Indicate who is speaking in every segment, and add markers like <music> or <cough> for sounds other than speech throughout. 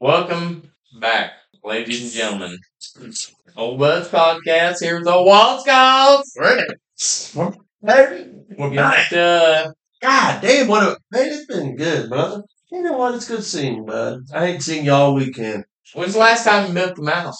Speaker 1: Welcome back, ladies and gentlemen. Old Buzz Podcast. Here's the Wall Scouts.
Speaker 2: Right. Hey,
Speaker 1: We're
Speaker 2: back.
Speaker 1: just, uh,
Speaker 2: God damn, what a man! It's been good, brother. You know what? It's good seeing you, bud. I ain't seen you all weekend.
Speaker 1: when's the last time you milked the mouse?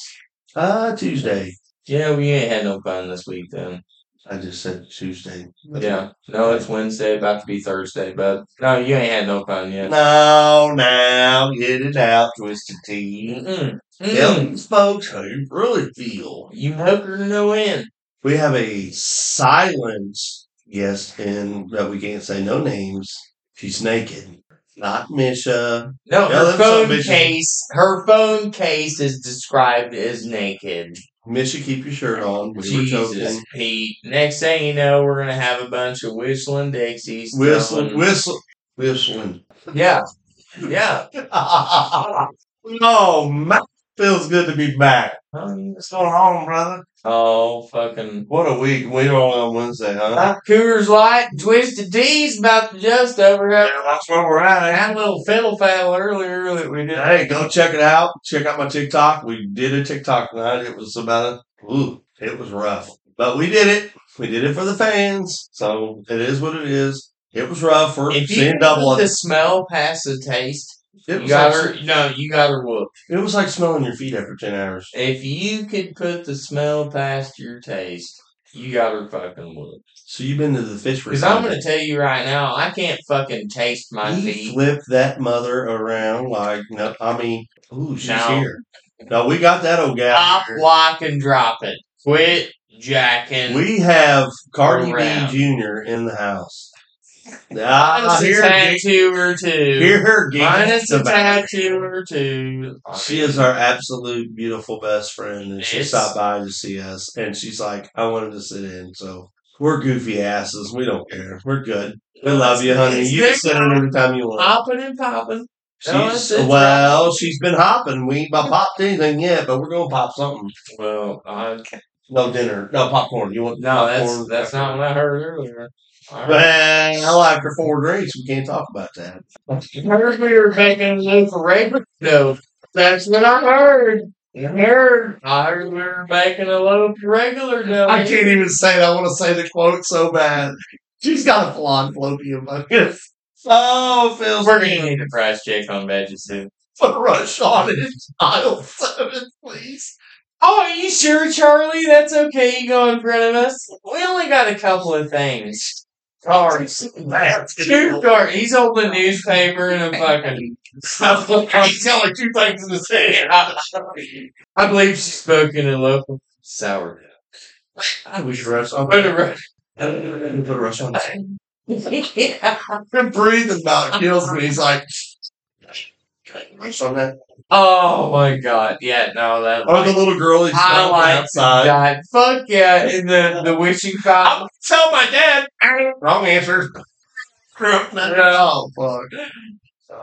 Speaker 2: Uh Tuesday.
Speaker 1: Yeah, we ain't had no fun this week then.
Speaker 2: I just said Tuesday.
Speaker 1: Yeah. No, it's Wednesday, about to be Thursday, but no, you ain't had no fun yet.
Speaker 2: No, now get it out, twisted tea.
Speaker 1: Mm-mm.
Speaker 2: Tell
Speaker 1: Mm-mm.
Speaker 2: these folks how you really feel.
Speaker 1: You hooker to no end.
Speaker 2: We have a silence guest, and but we can't say no names. She's naked. Not Misha.
Speaker 1: No,
Speaker 2: Yeah,
Speaker 1: her
Speaker 2: that's some
Speaker 1: phone
Speaker 2: bitches.
Speaker 1: case. Her phone case is described as naked.
Speaker 2: Misha, keep your shirt on. We were joking.
Speaker 1: Jesus, Pete. Next thing you know, we're gonna have a bunch of whistling Dixies.
Speaker 2: Whistling,
Speaker 1: throwing-
Speaker 2: whistling, whistling.
Speaker 1: Yeah, yeah.
Speaker 2: <laughs> oh, man. Feels good to be back.
Speaker 1: Oh, yes.
Speaker 2: What's going on, brother?
Speaker 1: Oh, fucking.
Speaker 2: What a week. We are on Wednesday, huh?
Speaker 1: Coors Light, and Twisted D's about to just
Speaker 2: Yeah,
Speaker 1: over
Speaker 2: that's where we're at.
Speaker 1: that little fiddle faddle earlier that we
Speaker 2: eh?
Speaker 1: did.
Speaker 2: Hey, go check it out. Check out my TikTok. We did a TikTok night. It was about a, ooh, it was rough. But we did it. We did it for the fans. So it is what it is. It was rough. We're
Speaker 1: If you
Speaker 2: seeing double.
Speaker 1: let the
Speaker 2: It
Speaker 1: smell past the taste,
Speaker 2: was,
Speaker 1: you got
Speaker 2: like,
Speaker 1: her. No, you got her whooped.
Speaker 2: it was like smelling your feet after 10 hours.
Speaker 1: If you could put the smell past your taste, you got her fucking whooped.
Speaker 2: So you've been to the fish
Speaker 1: Because I'm
Speaker 2: refinery.
Speaker 1: gonna tell you right now, I can't fucking taste my
Speaker 2: He
Speaker 1: feet.
Speaker 2: flipped that mother around like no. I mean, ooh, she's
Speaker 1: No.
Speaker 2: here. No, we got that old guy.
Speaker 1: Stop, lock, and drop it. Quit jacking.
Speaker 2: We have Cardi
Speaker 1: Around.
Speaker 2: B Jr. in the house.
Speaker 1: <laughs> Minus
Speaker 2: Ah,
Speaker 1: a
Speaker 2: here, Gigi-
Speaker 1: tattoo or two.
Speaker 2: here, her Gigi
Speaker 1: Minus a
Speaker 2: Sabat.
Speaker 1: tattoo or two.
Speaker 2: She is our absolute beautiful best friend, and she
Speaker 1: It's-
Speaker 2: stopped by to see us. And she's like, "I wanted to sit in, so we're goofy asses. We don't care. We're good. We love you, honey.
Speaker 1: It's
Speaker 2: You can
Speaker 1: big
Speaker 2: sit in every time you want."
Speaker 1: Hopping and popping. No, it's-
Speaker 2: She's,
Speaker 1: it's
Speaker 2: well, she's been hopping. We ain't about popped anything yet, but we're gonna pop something.
Speaker 1: Well, I,
Speaker 2: No dinner, no popcorn. You want
Speaker 1: no, that's
Speaker 2: popcorn?
Speaker 1: that's not what I heard earlier. I heard,
Speaker 2: Well, after four drinks, we can't talk about that.
Speaker 1: I heard we were making a loaf of rainbow dough. That's what I heard. I heard. I heard we were making a loaf of regular dough.
Speaker 2: I can't even say it. I want to say the quote so bad. She's got a blonde fallopian bucket. <laughs> Oh, feels
Speaker 1: We're gonna need a price check on veggies too.
Speaker 2: Put a rush on it. Aisle seven, please.
Speaker 1: Oh, are you sure, Charlie? That's okay. You go in front of us. We only got a couple of things. Cards.
Speaker 2: That's
Speaker 1: Two
Speaker 2: <laughs>
Speaker 1: cards. He's holding a newspaper <laughs> and a fucking.
Speaker 2: He's got like two things in his hand.
Speaker 1: I believe she's spoken in local sourdough.
Speaker 2: I wish rush on.
Speaker 1: But a re-
Speaker 2: Put a rush on.
Speaker 1: yeah.
Speaker 2: Him breathing about it kills me. He's like, rush on that.
Speaker 1: Oh my god. Yeah, no, that.
Speaker 2: Or "Oh, the little girl he's
Speaker 1: I
Speaker 2: found
Speaker 1: like
Speaker 2: outside.
Speaker 1: God, fuck yeah. And the, the witching fountain.
Speaker 2: Tell my dad. Wrong answer. <laughs> Oh, fuck.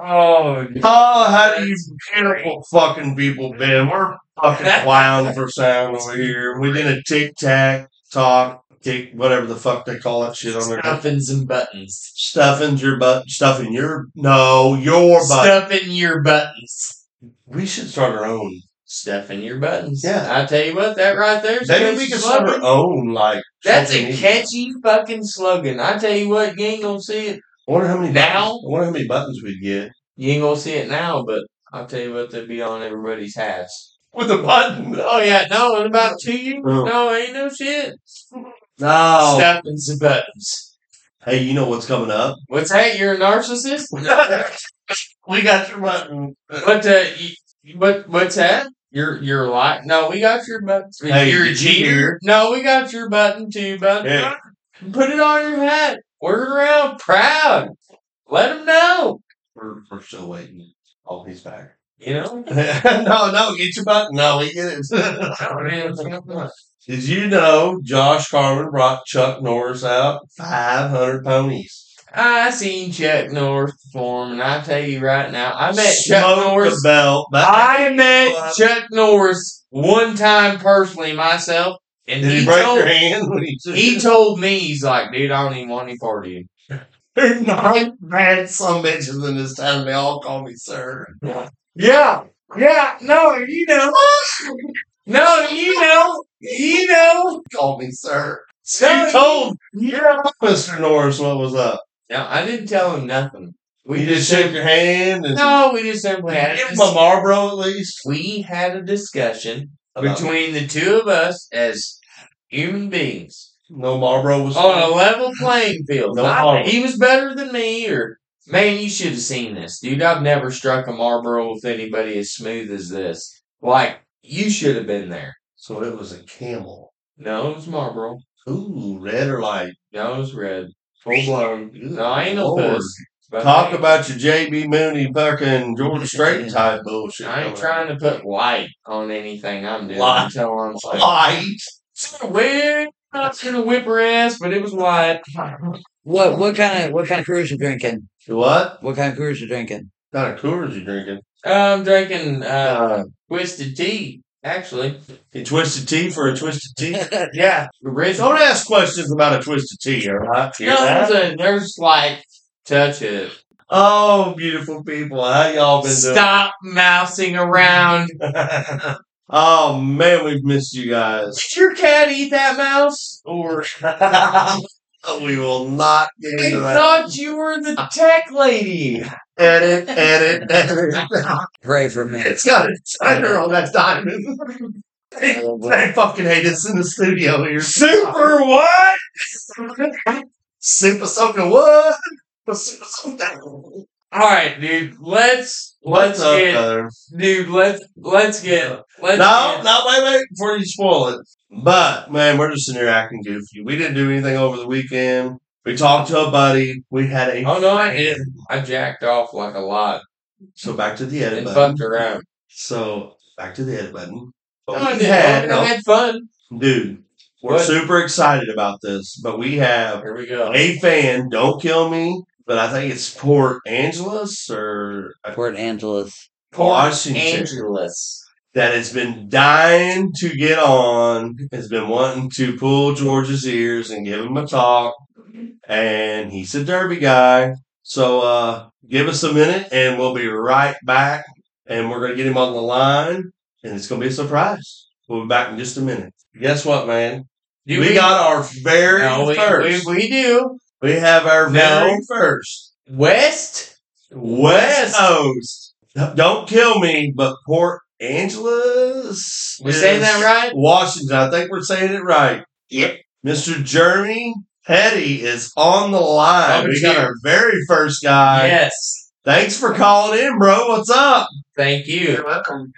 Speaker 1: Oh,
Speaker 2: Oh, how do you beautiful fucking people been? We're fucking
Speaker 1: <laughs>
Speaker 2: clown for sound over here. We did a tic tac talk, tick, whatever the fuck they call that shit on there.
Speaker 1: stuffins and buttons.
Speaker 2: Stuffing your butt, stuffing your, no, your butt.
Speaker 1: Stuffing your buttons.
Speaker 2: we should start our own.
Speaker 1: Stuff in your buttons.
Speaker 2: Yeah.
Speaker 1: I tell you what, that right there.
Speaker 2: Maybe we can start our own, like,
Speaker 1: That's
Speaker 2: social
Speaker 1: a
Speaker 2: media.
Speaker 1: catchy fucking slogan. I tell you what, you ain't gonna see it.
Speaker 2: I wonder how many
Speaker 1: Now?
Speaker 2: buttons, I wonder how many buttons we'd get
Speaker 1: You ain't gonna see it now, but I'll tell you what, they'll be on everybody's hats.
Speaker 2: with a button.
Speaker 1: Oh yeah, no, in about two years,
Speaker 2: Oh.
Speaker 1: no, ain't no shit.
Speaker 2: No.
Speaker 1: Stuff in some buttons.
Speaker 2: Hey, you know what's
Speaker 1: <laughs>
Speaker 2: coming up?
Speaker 1: What's that? You're a narcissist.
Speaker 2: we got your button.
Speaker 1: What uh, you, what what's that? You're you're like no, we got your button.
Speaker 2: Hey,
Speaker 1: you're a
Speaker 2: did you
Speaker 1: cheater.
Speaker 2: hear?
Speaker 1: No, we got your button too, button.
Speaker 2: Yeah.
Speaker 1: Put it on your hat. Wear it around proud. Let them know.
Speaker 2: We're, we're still waiting. Oh, he's
Speaker 1: <laughs>
Speaker 2: back. <laughs>
Speaker 1: You know.
Speaker 2: no, no, get your button. No, we <laughs> get
Speaker 1: Oh,
Speaker 2: it. Did you know Josh Carmen brought Chuck Norris out? 500 ponies.
Speaker 1: I seen Chuck Norris perform, and I tell you right now, I met Chuck
Speaker 2: Smoked
Speaker 1: Norris.
Speaker 2: The belt.
Speaker 1: I met
Speaker 2: What?
Speaker 1: Chuck Norris one time personally myself, and
Speaker 2: Did he,
Speaker 1: he,
Speaker 2: break
Speaker 1: told <laughs>
Speaker 2: your hand when he <laughs>
Speaker 1: he told me he's like, dude, I don't even want any part of you.
Speaker 2: I've had some bitches in this town. They all call me sir.
Speaker 1: Yeah, Yeah, no, you know. <laughs> No, you know. You know.
Speaker 2: Call me sir.
Speaker 1: No,
Speaker 2: You told
Speaker 1: you
Speaker 2: Mr. Norris what was up.
Speaker 1: No, I didn't tell him nothing.
Speaker 2: We just shook your hand and
Speaker 1: No, we just simply had
Speaker 2: give
Speaker 1: a
Speaker 2: him a Marlboro at least.
Speaker 1: we had a discussion
Speaker 2: About-
Speaker 1: between the two of us as human beings
Speaker 2: No Marlboro was
Speaker 1: on a level playing field.
Speaker 2: No
Speaker 1: Not that
Speaker 2: problem.
Speaker 1: he was better than me, or man, you should have seen this, dude. I've never struck a Marlboro with anybody as smooth as this. Like you should have been there.
Speaker 2: So it was a camel.
Speaker 1: No, it was Marlboro.
Speaker 2: Ooh, red or light.
Speaker 1: No, it was red, full blown. No, I ain't no
Speaker 2: Lord.
Speaker 1: puss. But
Speaker 2: Talk
Speaker 1: I-
Speaker 2: about your JB Mooney fucking Georgia Strait type bullshit.
Speaker 1: I ain't trying to put light on anything I'm doing
Speaker 2: Light.
Speaker 1: until I'm like,
Speaker 2: Light.
Speaker 1: Sort of weird. Not gonna whip her ass, but it was
Speaker 2: <laughs>
Speaker 1: light.
Speaker 3: What what kind of what kind of coors you drinking?
Speaker 2: What?
Speaker 3: What kind of coors you drinking?
Speaker 2: What kind of Coors you drinking?
Speaker 1: I'm drinking uh, twisted tea, actually.
Speaker 2: You twisted tea for a twisted tea?
Speaker 1: <laughs> Yeah, original.
Speaker 2: uh, Don't ask questions about a twisted tea, all right? Hear
Speaker 1: No,
Speaker 2: that?
Speaker 1: there's a there's like touch it.
Speaker 2: Oh, beautiful people. How y'all been doing?
Speaker 1: Stop mousing
Speaker 2: <laughs>
Speaker 1: around.
Speaker 2: oh man, we've missed you guys.
Speaker 1: Did your cat eat that mouse?
Speaker 2: Or <laughs> we will not get
Speaker 1: I
Speaker 2: into that.
Speaker 1: thought you were the tech
Speaker 2: <laughs>
Speaker 1: lady.
Speaker 2: Edit, edit, <laughs> edit.
Speaker 3: Pray for me.
Speaker 2: it's got a timer on that diamond.
Speaker 3: I love it.
Speaker 2: I fucking hate us in the studio here.
Speaker 1: Super what?
Speaker 2: Super something what? Super something.
Speaker 1: All right, dude. Let's let's
Speaker 2: What's up,
Speaker 1: get
Speaker 2: brother?
Speaker 1: dude. Let's let's get let's
Speaker 2: <laughs> No,
Speaker 1: get-
Speaker 2: no, wait, wait, before you spoil it. But man, we're just in here acting goofy. We didn't do anything over the weekend. We talked to a buddy. We had a
Speaker 1: Oh no, I did. I jacked off like a lot
Speaker 2: so back to the edit
Speaker 1: and
Speaker 2: button.
Speaker 1: fucked around.
Speaker 2: So back to the edit button.
Speaker 1: No,
Speaker 2: But
Speaker 1: I
Speaker 2: we
Speaker 1: didn't.
Speaker 2: had,
Speaker 1: I had fun.
Speaker 2: dude, Oh, we're
Speaker 1: What?
Speaker 2: super excited about this, but we have
Speaker 1: Here we go.
Speaker 2: a fan. Don't kill me, but I think it's Port Angeles or
Speaker 3: Port Angeles.
Speaker 2: Washington
Speaker 1: Angeles.
Speaker 2: that has been dying to get on, has been wanting to pull George's ears and give him a talk. And he's a derby guy. So uh, give us a minute and we'll be right back. And we're going to get him on the line. And it's going to be a surprise. We'll be back in just a minute. Guess what, man?
Speaker 1: Do
Speaker 2: we got our very
Speaker 1: no, we,
Speaker 2: first.
Speaker 1: We, we do.
Speaker 2: We have our
Speaker 1: No.
Speaker 2: very first
Speaker 1: West.
Speaker 2: West Coast. Don't kill me, but Port Angeles.
Speaker 1: We saying
Speaker 2: is
Speaker 1: that right?
Speaker 2: Washington. I think we're saying it right.
Speaker 1: Yep.
Speaker 2: Mr. Jeremy Petty is on the line.
Speaker 1: Oh,
Speaker 2: we got
Speaker 1: dear.
Speaker 2: our very first guy.
Speaker 1: yes.
Speaker 2: Thanks for calling in, bro. What's up?
Speaker 1: Thank you.
Speaker 2: welcome.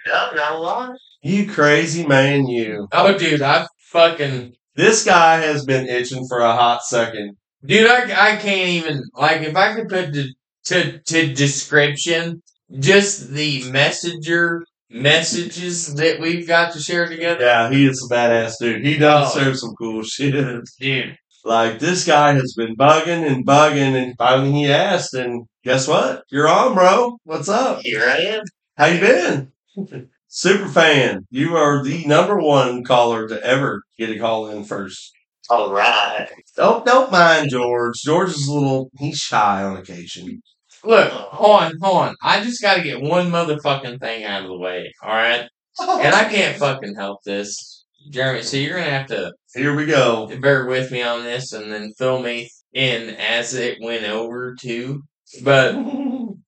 Speaker 2: You crazy man, you.
Speaker 1: Oh, dude, I fucking
Speaker 2: This guy has been itching for a hot second.
Speaker 1: dude, I I can't even like if I could put to to, to description just the messenger messages that we've got to share together,
Speaker 2: Yeah, he is a badass dude. He does
Speaker 1: Oh.
Speaker 2: serve some cool <laughs> shit.
Speaker 1: dude.
Speaker 2: Like this guy has been bugging and bugging, and finally he asked, and guess what? You're on, bro. What's up?
Speaker 1: Here I am.
Speaker 2: How you been? <laughs> Super fan. You are the number one caller to ever get a call in first.
Speaker 1: All right.
Speaker 2: Don't don't mind George. George is a little he's shy on occasion.
Speaker 1: Look, hold on, hold on. I just got to get one motherfucking thing out of the way, all
Speaker 2: <laughs>
Speaker 1: right? And I can't fucking help this, Jeremy. So you're gonna have to
Speaker 2: Here we go.
Speaker 1: bear with me on this, and then fill me in as it went over too. But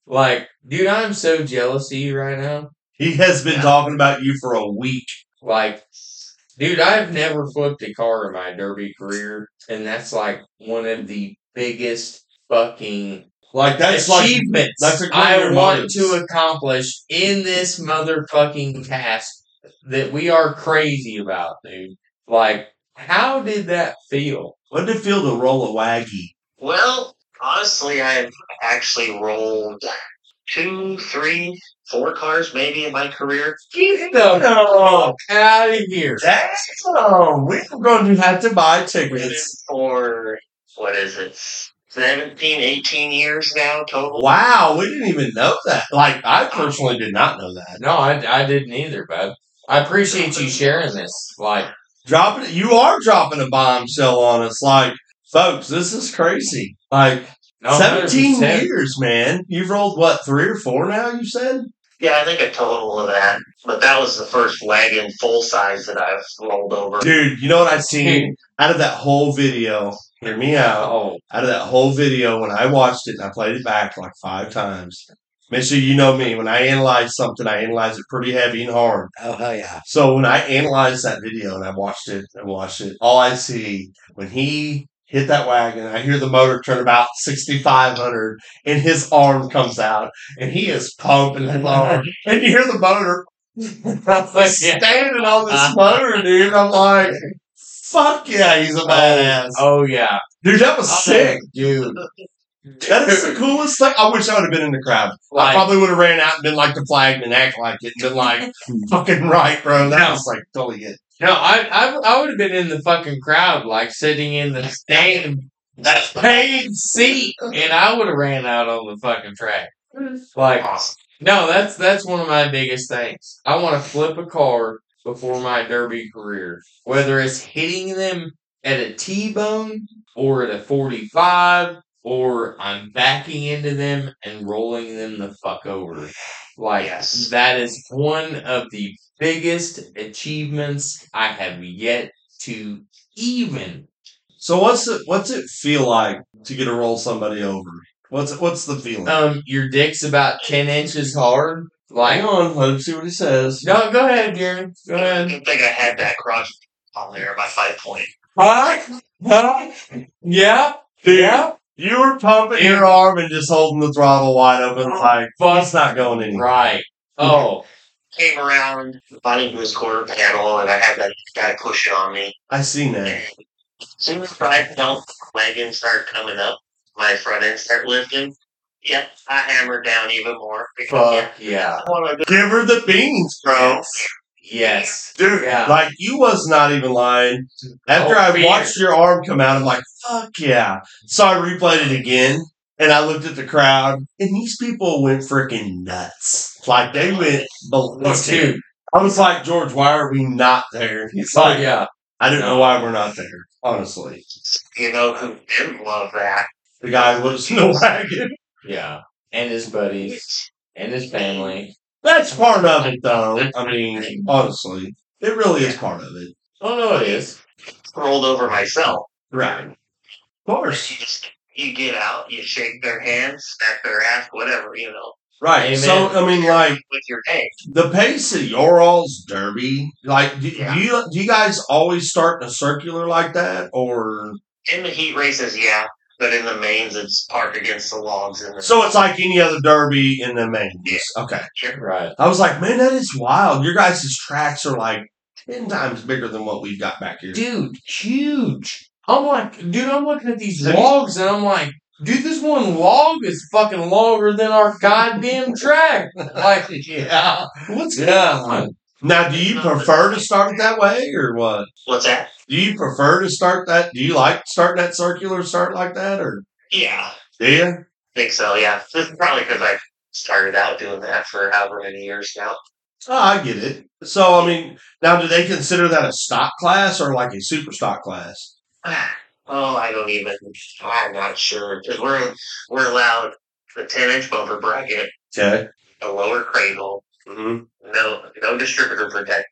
Speaker 1: like, dude, I'm so jealous of you right now.
Speaker 2: He has been talking about you for a week.
Speaker 1: Like, dude, I've never flipped a car in my derby career, and that's like one of the biggest fucking
Speaker 2: Like that's like
Speaker 1: achievements
Speaker 2: that's a
Speaker 1: I
Speaker 2: career
Speaker 1: want
Speaker 2: bonus.
Speaker 1: to accomplish in this motherfucking task that we are crazy about, dude. Like, how did that feel?
Speaker 2: what did it feel to roll a waggy?
Speaker 4: Well, honestly, I've actually rolled two, three, four cars maybe in my career.
Speaker 1: Get the
Speaker 2: No,
Speaker 1: fuck out of here.
Speaker 2: damn! We're going to have to buy tickets.
Speaker 4: For, what is it, 17, 18 years now total?
Speaker 2: Wow, we didn't even know that. Like, I personally did not know that.
Speaker 1: No, I, I didn't either, bud. I appreciate you sharing this. Like,
Speaker 2: Dropping, you are dropping a bombshell on us, like, folks. This is crazy. Like,
Speaker 1: no,
Speaker 2: seventeen
Speaker 1: 100%.
Speaker 2: years, man. You've rolled what three or four now? You said
Speaker 4: Yeah, I think a total of that. But that was the first wagon full size that I've rolled over.
Speaker 2: Dude, you know what I seen out of that whole video? Hear me out. <laughs>
Speaker 1: Oh,
Speaker 2: Out of that whole video, when I watched it and I played it back like five times. Mitchell, you know me. When I analyze something, I analyze it pretty heavy and hard.
Speaker 3: Oh hell yeah!
Speaker 2: So when I analyzed that video and I watched it and watched it, all I see when he hit that wagon, I hear the motor turn about 6,500 and his arm comes out and he is pumping
Speaker 1: <laughs>
Speaker 2: his arm and you hear the
Speaker 1: Oh,
Speaker 2: motor
Speaker 1: yeah. Uh-huh.
Speaker 2: standing on this motor, dude. I'm like, fuck yeah, he's a badass.
Speaker 1: Oh yeah.
Speaker 2: Dude, that was sick.
Speaker 1: dude.
Speaker 2: That is the coolest thing. I wish I would have been in the crowd. I
Speaker 1: Like,
Speaker 2: probably would have ran out and been like the flag and act like it and
Speaker 1: <laughs>
Speaker 2: been like, fucking right, bro. That was like totally it.
Speaker 1: no, I I, I would have been in the fucking crowd, like sitting in the stand
Speaker 4: That's
Speaker 1: paid seat, and I would have ran out on the fucking track. Like,
Speaker 4: awesome.
Speaker 1: no, that's that's one of my biggest things. I want to flip a car before my derby career, whether it's hitting them at a T-bone or at a 45, or I'm backing into them and rolling them the fuck over. Like,
Speaker 4: Yes.
Speaker 1: that is one of the biggest achievements I have yet to even.
Speaker 2: So what's it what's it feel like to get to roll somebody over? What's what's the feeling?
Speaker 1: Um, your dick's about 10 inches hard. Like,
Speaker 2: Hang on, let him see what he says.
Speaker 1: No, go ahead, Jeremy. Go
Speaker 4: I
Speaker 1: ahead.
Speaker 4: didn't think I had that cross on there by five point.
Speaker 1: Huh? Huh? Yeah. Yeah.
Speaker 2: You were pumping your arm and just holding the throttle wide open like
Speaker 1: Fuck.
Speaker 2: it's not going anywhere.
Speaker 1: Right. Oh.
Speaker 4: Came around, body to his quarter panel, and I had that guy push it on me.
Speaker 2: I seen that.
Speaker 4: As soon as I felt the wagon start coming up, my front end start lifting. Yep, I hammered down even more because
Speaker 1: Fuck yeah.
Speaker 4: I wanted to
Speaker 2: Give her the beans, bro.
Speaker 1: Yes.
Speaker 2: Dude,
Speaker 1: Yeah.
Speaker 2: like you was not even lying. After
Speaker 1: Oh,
Speaker 2: I
Speaker 1: man.
Speaker 2: watched your arm come out, I'm like, fuck yeah. So I replayed it again and I looked at the crowd and these people went freaking nuts. Like they went
Speaker 1: Let's
Speaker 2: ballistic.
Speaker 1: do.
Speaker 2: I was like, George, why are we not there? <laughs> He's
Speaker 1: Oh
Speaker 2: like,
Speaker 1: yeah.
Speaker 2: I don't know why we're not there, honestly.
Speaker 4: you know who didn't love that.
Speaker 2: The guy was in the <laughs> wagon.
Speaker 1: Yeah. And his buddies and his family.
Speaker 2: That's part of it, though. I mean, honestly, it really is part of it.
Speaker 1: Oh no, it is.
Speaker 4: Rolled over myself.
Speaker 2: Right. Of
Speaker 4: You
Speaker 2: course.
Speaker 4: just you get out, you shake their hands, smack their ass, whatever, you know,
Speaker 2: Right. So, I mean, like,
Speaker 4: with your hand.
Speaker 2: the pace of your all's derby, like, do, do you, do you guys always start in a circular like that? Or.
Speaker 4: In the heat races, yeah, but in the mains, it's parked against the logs. And the,
Speaker 2: So it's like any other derby in the main. Okay.
Speaker 1: Right.
Speaker 2: I was like, man, that is wild. Your guys' tracks are like 10 times bigger than what we've got back here.
Speaker 1: Dude, huge. I'm like, dude, I'm looking at these
Speaker 2: Have you-
Speaker 1: logs and I'm like, dude, this one log is fucking longer than our goddamn <laughs> track. Like, yeah.
Speaker 2: What's
Speaker 1: Yeah.
Speaker 2: Now, do you prefer to start it that way or what?
Speaker 4: what's that?
Speaker 2: Do you prefer to start that? Do you like starting that circular start like that or?
Speaker 4: Yeah,
Speaker 2: Do you?
Speaker 4: think so. Yeah, this is probably because I started out doing that for however many years now. <sighs>
Speaker 2: Oh, I get it. So, I mean, now do they consider that a stock class or like a super stock class?
Speaker 4: Oh, I don't even. I'm not sure because we're we're allowed the 10 inch bumper bracket,
Speaker 2: Okay.
Speaker 4: a lower cradle,
Speaker 2: Mm-hmm.
Speaker 4: no no distributor protector,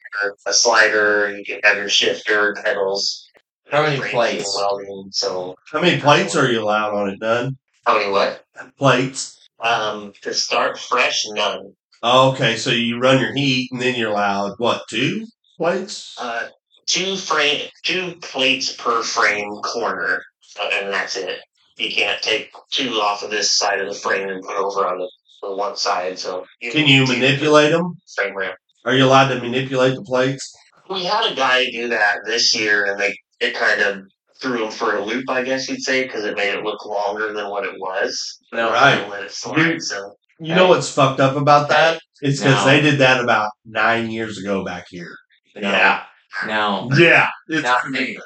Speaker 4: a slider. You can have your shifter pedals.
Speaker 1: How many
Speaker 4: braking,
Speaker 1: plates?
Speaker 4: Welding. So
Speaker 2: How many plates are you allowed on it? None
Speaker 4: how many what?
Speaker 2: plates.
Speaker 4: Um, to start fresh, none.
Speaker 2: Okay, so you run your heat and then you're allowed what two plates?
Speaker 4: Uh, two frame, two plates per frame corner, uh, and that's it. You can't take two off of this side of the frame and put over on the, the one side. So
Speaker 2: Can you manipulate them?
Speaker 4: frame rail?
Speaker 2: Are you allowed to manipulate the plates?
Speaker 4: We had a guy do that this year, and they it kind of threw him for a loop, I guess you'd say, because it made it look longer than what it was.
Speaker 1: No.
Speaker 2: Right. Mm-hmm.
Speaker 4: And let it slide. So
Speaker 2: You know what's fucked up about that? It's because
Speaker 1: No.
Speaker 2: they did that about nine years ago back here.
Speaker 1: Yeah. No.
Speaker 2: Yeah. It's,
Speaker 1: Not me.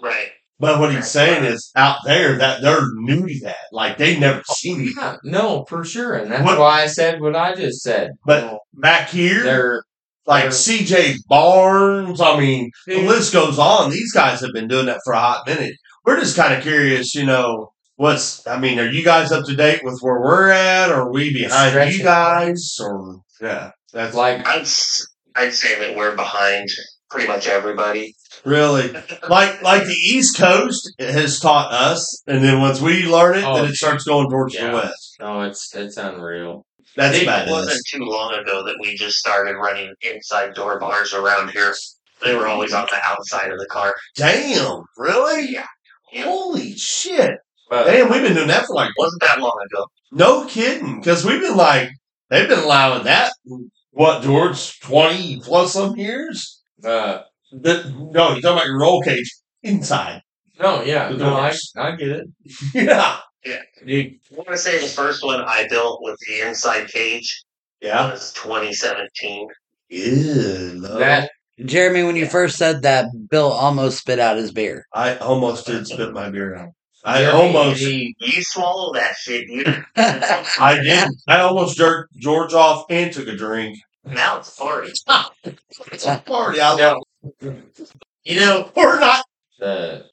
Speaker 4: right,
Speaker 2: but what he's saying is out there that they're new to that. Like they never seen it.
Speaker 1: Yeah, no, for sure, and that's
Speaker 2: What-
Speaker 1: why I said what I just said.
Speaker 2: But back here,
Speaker 1: They're
Speaker 2: like
Speaker 1: they're-
Speaker 2: CJ Barnes, I mean, the
Speaker 1: Dude.
Speaker 2: list goes on. These guys have been doing that for a hot minute. We're just kind of curious, you know, What's I mean? Are you guys up to date with where we're at? Or are we behind
Speaker 1: Stretching.
Speaker 2: you guys? Or yeah, that's like
Speaker 1: Like,
Speaker 4: I'd s- I'd say that we're behind pretty much everybody.
Speaker 2: really like like the East Coast has taught us, and then once we learn it,
Speaker 1: Oh,
Speaker 2: then it starts going towards
Speaker 1: yeah.
Speaker 2: the West.
Speaker 1: no, it's it's unreal.
Speaker 2: That's
Speaker 4: it
Speaker 2: bad.
Speaker 4: wasn't too long ago that we just started running inside door bars around here. They were always on the outside of the car.
Speaker 2: Damn, really?
Speaker 4: Yeah. It
Speaker 2: Holy shit!
Speaker 1: But
Speaker 2: Damn, we've been doing that for like
Speaker 4: wasn't that long ago.
Speaker 2: <laughs> No kidding, because we've been like they've been allowing that. What George, twenty plus some years?
Speaker 1: uh,
Speaker 2: The, no, you're talking about your roll cage inside. <laughs>
Speaker 1: no, yeah,
Speaker 2: The
Speaker 1: no, I
Speaker 2: doors.
Speaker 1: I get it.
Speaker 2: yeah,
Speaker 1: Dude,
Speaker 4: I want to say the first one I built with the inside cage
Speaker 2: yeah.
Speaker 4: was 2017.
Speaker 2: Ew, no.
Speaker 1: that
Speaker 3: Jeremy, when you first said that, Bill almost spit out his beer.
Speaker 2: I almost did spit my beer out. I
Speaker 1: Jeremy,
Speaker 2: almost,
Speaker 1: he-
Speaker 4: You swallow that shit, you.
Speaker 2: <laughs> I did. I almost jerked George off and took a drink.
Speaker 4: now it's a party.
Speaker 2: <laughs> It's a party. I
Speaker 1: No.
Speaker 2: love. You know, we're not.
Speaker 1: the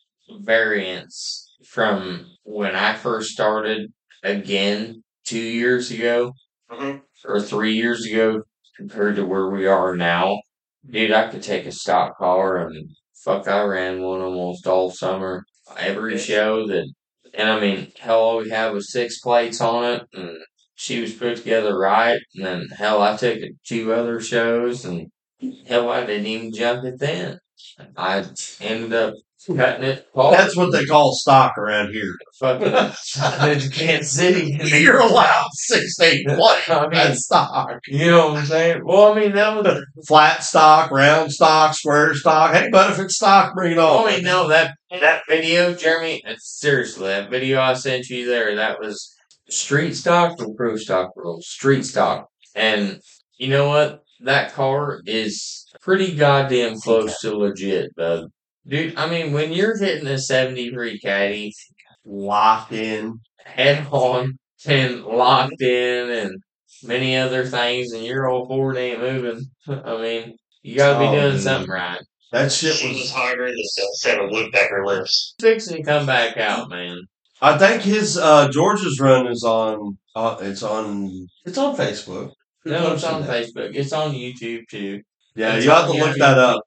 Speaker 1: variance from when I first started again two years ago
Speaker 4: Mhm.
Speaker 1: or three years ago compared to where we are now. Dude, I could take a stock car and fuck, I ran one almost all summer. Every show that, and I mean, hell, all we had was six plates on it, and she was put together right. And then, hell, I took it two other shows, and hell, I didn't even jump it then. I ended up cutting it. apart.
Speaker 2: That's what they call stock around here.
Speaker 1: fucking in Kansas City.
Speaker 2: You're allowed six to eight. What?
Speaker 1: I mean,
Speaker 2: <laughs> That's stock.
Speaker 1: You know what I'm saying? Well, I mean that was.
Speaker 2: flat stock, round stock, square stock. Hey, but if it's stock, bring it on.
Speaker 1: I mean, Oh, no, that that video, Jeremy. uh, Seriously, that video I sent you there, that was street stock or pro stock rules. Street stock, and you know what? That car is pretty goddamn close to legit, bud. Dude, I mean, when you're hitting a '73 Caddy
Speaker 2: Locked in.
Speaker 1: head on and locked in and many other things, and your old Ford ain't moving. <laughs> I mean, you gotta
Speaker 2: Oh,
Speaker 1: be doing
Speaker 2: dude.
Speaker 1: something right.
Speaker 2: That shit
Speaker 4: She was
Speaker 2: was.
Speaker 4: harder than the seven woodpecker lips.
Speaker 1: Fix and come back out, man.
Speaker 2: I think his uh, George's run is on. Uh, it's on. It's on Facebook. Who
Speaker 1: No, it's
Speaker 2: posted
Speaker 1: on
Speaker 2: that?
Speaker 1: Facebook. It's on YouTube too.
Speaker 2: Yeah,
Speaker 1: It's
Speaker 2: you have to
Speaker 1: on-
Speaker 2: look
Speaker 1: yeah.
Speaker 2: that up.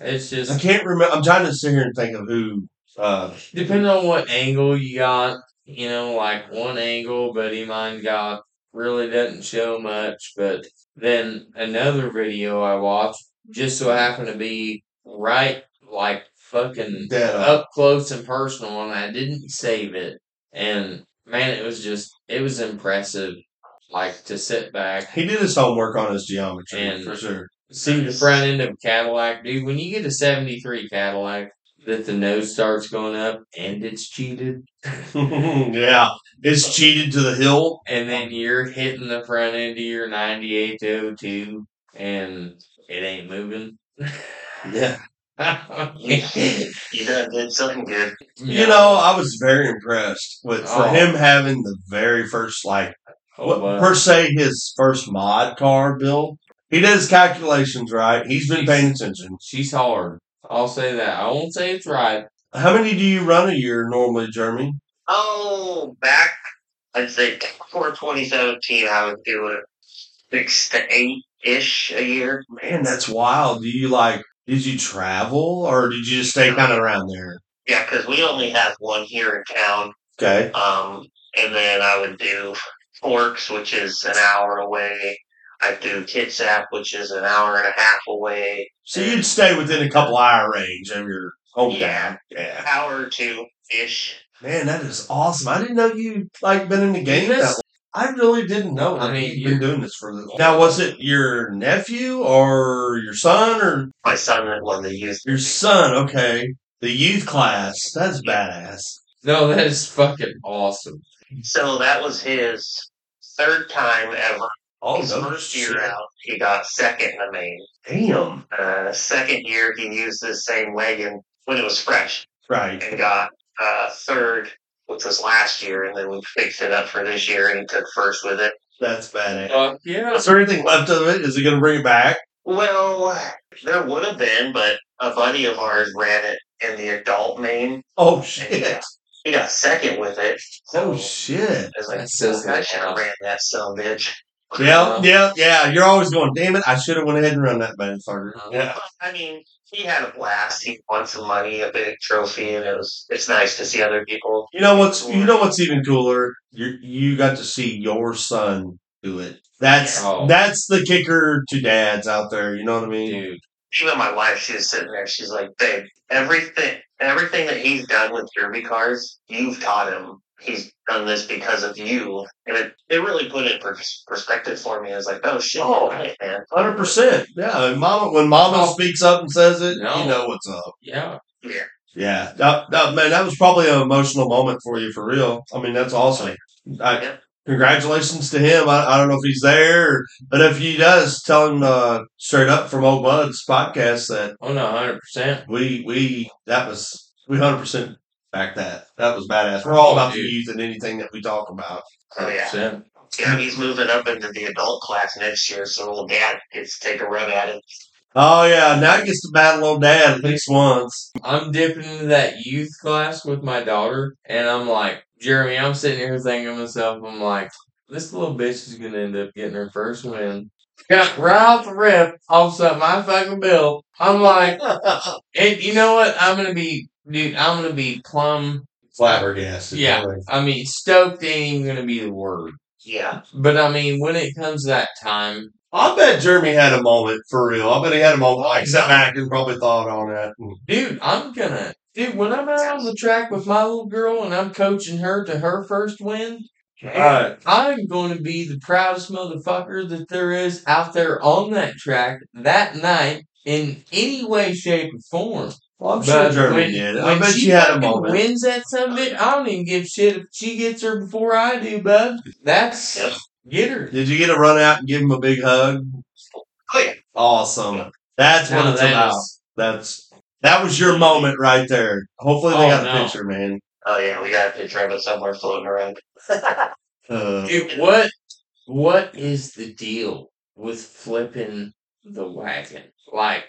Speaker 1: It's
Speaker 2: I
Speaker 1: just
Speaker 2: can't remember. I'm trying to sit here and think of who. Uh,
Speaker 1: depending on what angle you got. You know, like one angle, buddy mine got really doesn't show much, but then another video I watched just so happened to be right like fucking
Speaker 2: that, uh,
Speaker 1: up close and personal, and I didn't save it. And man, it was just it was impressive, like to sit back,
Speaker 2: he did his homework on his geometry
Speaker 1: And-
Speaker 2: for sure.
Speaker 1: see the front end of a Cadillac, dude. When you get a '73 Cadillac that the nose starts going up and it's cheated,
Speaker 2: <laughs> yeah, it's cheated to the hill.
Speaker 1: and then you're hitting the front end of your '98 to 02, and it ain't moving.
Speaker 2: Yeah,
Speaker 1: <laughs>
Speaker 4: You done did something good.
Speaker 2: you know, I was very impressed with for
Speaker 1: Oh.
Speaker 2: him having the very first like
Speaker 1: Oh,
Speaker 2: Well,
Speaker 1: wow.
Speaker 2: per se, his first mod car, Bill. He did his calculations right. He's been paying attention.
Speaker 1: she's hard. I'll say that. I won't say it's right.
Speaker 2: How many do you run a year normally, Jeremy?
Speaker 4: Oh, back, I'd say before 2017, I was doing six to eight ish a year.
Speaker 2: Man, that's wild. Do you like? Did you travel or did you just stay kind of around there?
Speaker 4: Yeah, because we only have one here in town.
Speaker 2: Okay.
Speaker 4: Um, and then I would do Forks, which is an hour away. I'd do Kitsap, which is an hour and a half away.
Speaker 2: So you'd stay within a couple hour range of your hometown.
Speaker 4: Yeah.
Speaker 2: yeah.
Speaker 4: Hour or two ish.
Speaker 2: Man, that is awesome. I didn't know you like been in the game that
Speaker 1: Yes.
Speaker 2: long. I really didn't know.
Speaker 1: I
Speaker 2: that
Speaker 1: mean,
Speaker 2: you've been
Speaker 1: you-
Speaker 2: doing this for the now. Was it your nephew or your son or
Speaker 4: My son that won the youth.
Speaker 2: Your son, okay. The youth class. That's badass.
Speaker 1: No, that is fucking awesome.
Speaker 4: So that was his third time ever.
Speaker 2: Oh,
Speaker 4: his first year out, he got second in the main.
Speaker 2: Damn.
Speaker 4: Uh, second year, he used this same wagon when it was fresh
Speaker 2: Right.
Speaker 4: and got uh, third, which was last year, and then we fixed it up for this year, and he took first with it.
Speaker 2: That's badass.
Speaker 1: Fuck yeah.
Speaker 2: Is there anything left of it? Is it going to bring it back?
Speaker 4: Well, there would have been, but a buddy of ours ran it in the adult main,
Speaker 2: Oh,
Speaker 4: and he,
Speaker 2: shit.
Speaker 4: He got second with it.
Speaker 2: Oh shit.
Speaker 4: It's like,
Speaker 1: That says
Speaker 4: I
Speaker 1: that.
Speaker 4: should have ran that son of a bitch.
Speaker 2: Yeah, yeah, yeah. You're always going, damn it, I should have went ahead and run that motherfucker. Yeah.
Speaker 4: But, I mean, he had a blast. He won some money, a big trophy, and it was it's nice to see other people.
Speaker 2: You know what's you know what's even cooler? You you got to see your son do it. That's
Speaker 1: Oh.
Speaker 2: that's the kicker to dads out there, you know what I mean?
Speaker 1: Dude,
Speaker 4: Even my wife, she was sitting there. She's like, "Babe, everything, everything that he's done with derby cars, you've taught him. He's done this because of you." And it, it really put it in pers- perspective for me. I was like, "Oh shit,
Speaker 2: Oh.
Speaker 4: you're right, man."
Speaker 2: Hundred percent. Yeah. and Mama when mama
Speaker 1: Oh.
Speaker 2: speaks up and says it,
Speaker 1: No.
Speaker 2: you know what's up.
Speaker 1: yeah.
Speaker 2: Yeah. That, that- man, that was probably an emotional moment for you for real. I mean, that's awesome. I,
Speaker 4: Yeah.
Speaker 2: Congratulations to him. I, I don't know if he's there, or, but if he does, tell him uh, straight up from Old Bud's podcast that
Speaker 1: Oh no, hundred percent.
Speaker 2: we we that was we hundred percent back that. That was badass. We're all about the
Speaker 1: Dude.
Speaker 2: youth and anything that we talk about.
Speaker 4: Oh yeah,
Speaker 1: percent.
Speaker 4: yeah. He's moving up into the adult class next year, so little dad gets to take a run at it.
Speaker 2: Oh yeah, now he gets to battle old dad at least once.
Speaker 1: I'm dipping into that youth class with my daughter, and I'm like, Jeremy, I'm sitting here thinking to myself, I'm like, this little bitch is gonna end up getting her first win. Got right off the rip, off something I fucking built. I'm like, and you know what? I'm gonna be, dude. I'm gonna be plumb.
Speaker 2: Flabbergasted.
Speaker 1: Yeah. I mean, stoked ain't even gonna be the word.
Speaker 4: Yeah,
Speaker 1: But I mean, when it comes to that time,
Speaker 2: I bet Jeremy had a moment for real. I bet he had a moment. Like, sat back and probably thought on it.
Speaker 1: dude, I'm gonna, dude, when I'm out on the track with my little girl and I'm coaching her to her first win,
Speaker 2: Right.
Speaker 1: I'm going to be the proudest motherfucker that there is out there on that track that night in any way, shape, or form.
Speaker 2: Well, I'm
Speaker 1: But
Speaker 2: sure Jeremy
Speaker 1: when-
Speaker 2: did. I
Speaker 1: when
Speaker 2: bet you had a
Speaker 1: fucking
Speaker 2: moment.
Speaker 1: Wins that summit, I don't even give a shit if she gets her before I do, bud. That's
Speaker 4: Yep.
Speaker 1: get her.
Speaker 2: Did you get to run out and give him a big hug?
Speaker 4: oh yeah.
Speaker 2: Awesome. That's what
Speaker 1: Now
Speaker 2: it's
Speaker 1: that
Speaker 2: about.
Speaker 1: is-
Speaker 2: That's that was your moment right there. Hopefully they
Speaker 1: Oh,
Speaker 2: got a
Speaker 1: no.
Speaker 2: picture, man.
Speaker 4: Oh yeah, we got a picture of it somewhere floating around.
Speaker 2: Uh,
Speaker 1: Dude, what what is the deal with flipping the wagon? Like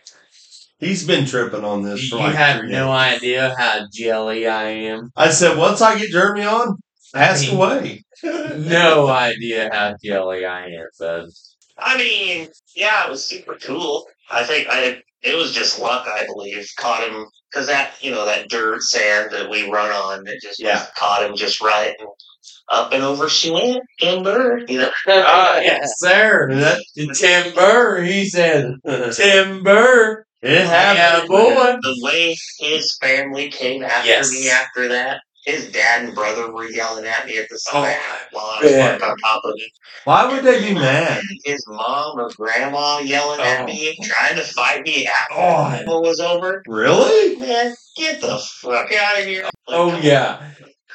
Speaker 2: he's been tripping on this for
Speaker 1: you
Speaker 2: like
Speaker 1: have
Speaker 2: three
Speaker 1: no
Speaker 2: days.
Speaker 1: idea how jelly I am.
Speaker 2: I said once I get Jeremy on, ask
Speaker 1: mean-
Speaker 2: away. <laughs>
Speaker 1: no idea how jelly I am, <laughs> son.
Speaker 4: I mean, yeah, it was super cool. I think I it was just luck, I believe, caught him because that you know that dirt sand that we run on it just
Speaker 2: Yeah.
Speaker 4: caught him just right and up and over she went timber, you know.
Speaker 1: Uh, yes, sir.
Speaker 2: And that-
Speaker 1: Tim Burr, he <laughs> said, Tim Burr.
Speaker 2: it
Speaker 1: Yeah,
Speaker 2: happened.
Speaker 1: boy.
Speaker 4: The way his family came after
Speaker 1: Yes.
Speaker 4: me after that, his dad and brother were yelling at me at the
Speaker 1: Oh,
Speaker 4: side while I was
Speaker 1: man.
Speaker 4: parked on top of it.
Speaker 2: Why would they be mad?
Speaker 4: His mom or grandma yelling at
Speaker 1: Oh.
Speaker 4: me, trying to fight me after
Speaker 2: Oh.
Speaker 4: the it was over.
Speaker 2: Really?
Speaker 4: Man, get the fuck out of here.
Speaker 1: Oh, yeah.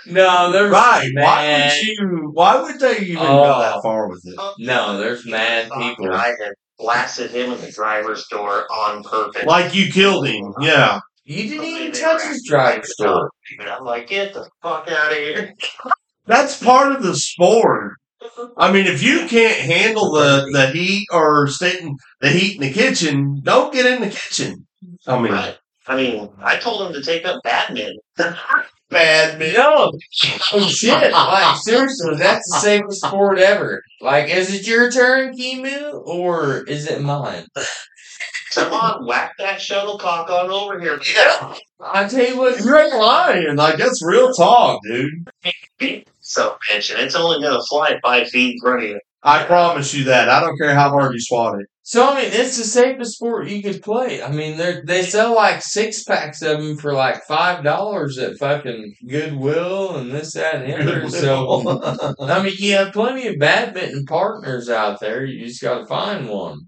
Speaker 1: No, there's
Speaker 2: Right. Why
Speaker 1: Mad.
Speaker 2: would you why would they even go
Speaker 1: Oh.
Speaker 2: that far with it?
Speaker 1: No, there's mad people.
Speaker 4: I had blasted him in the driver's door on purpose.
Speaker 2: Like you killed him. Yeah.
Speaker 1: You didn't even touch his driver's door.
Speaker 4: And I'm like, get the fuck out of here.
Speaker 2: That's part of the sport. I mean, if you can't handle the, the heat or sitting the heat in the kitchen, don't get in the kitchen. I mean,
Speaker 4: Right. I mean, I told him to take up badminton.
Speaker 2: bad
Speaker 1: <laughs>
Speaker 2: man.
Speaker 1: No. Oh, shit. Like, seriously, that's the safest sport ever. Like, is it your turn, Kimu, or is it mine?
Speaker 4: Come on, whack that shuttlecock on over here.
Speaker 1: I tell you what,
Speaker 2: You ain't lying. Like that's real talk, dude.
Speaker 4: So, bitch, and it's only going to fly five feet in front of you.
Speaker 2: I promise you that. I don't care how hard you swat it.
Speaker 1: So I mean, it's the safest sport you could play. I mean, they they sell like six packs of them for like five dollars at fucking Goodwill and this that and the other. So I mean, you have plenty of badminton partners out there. You just got to find one.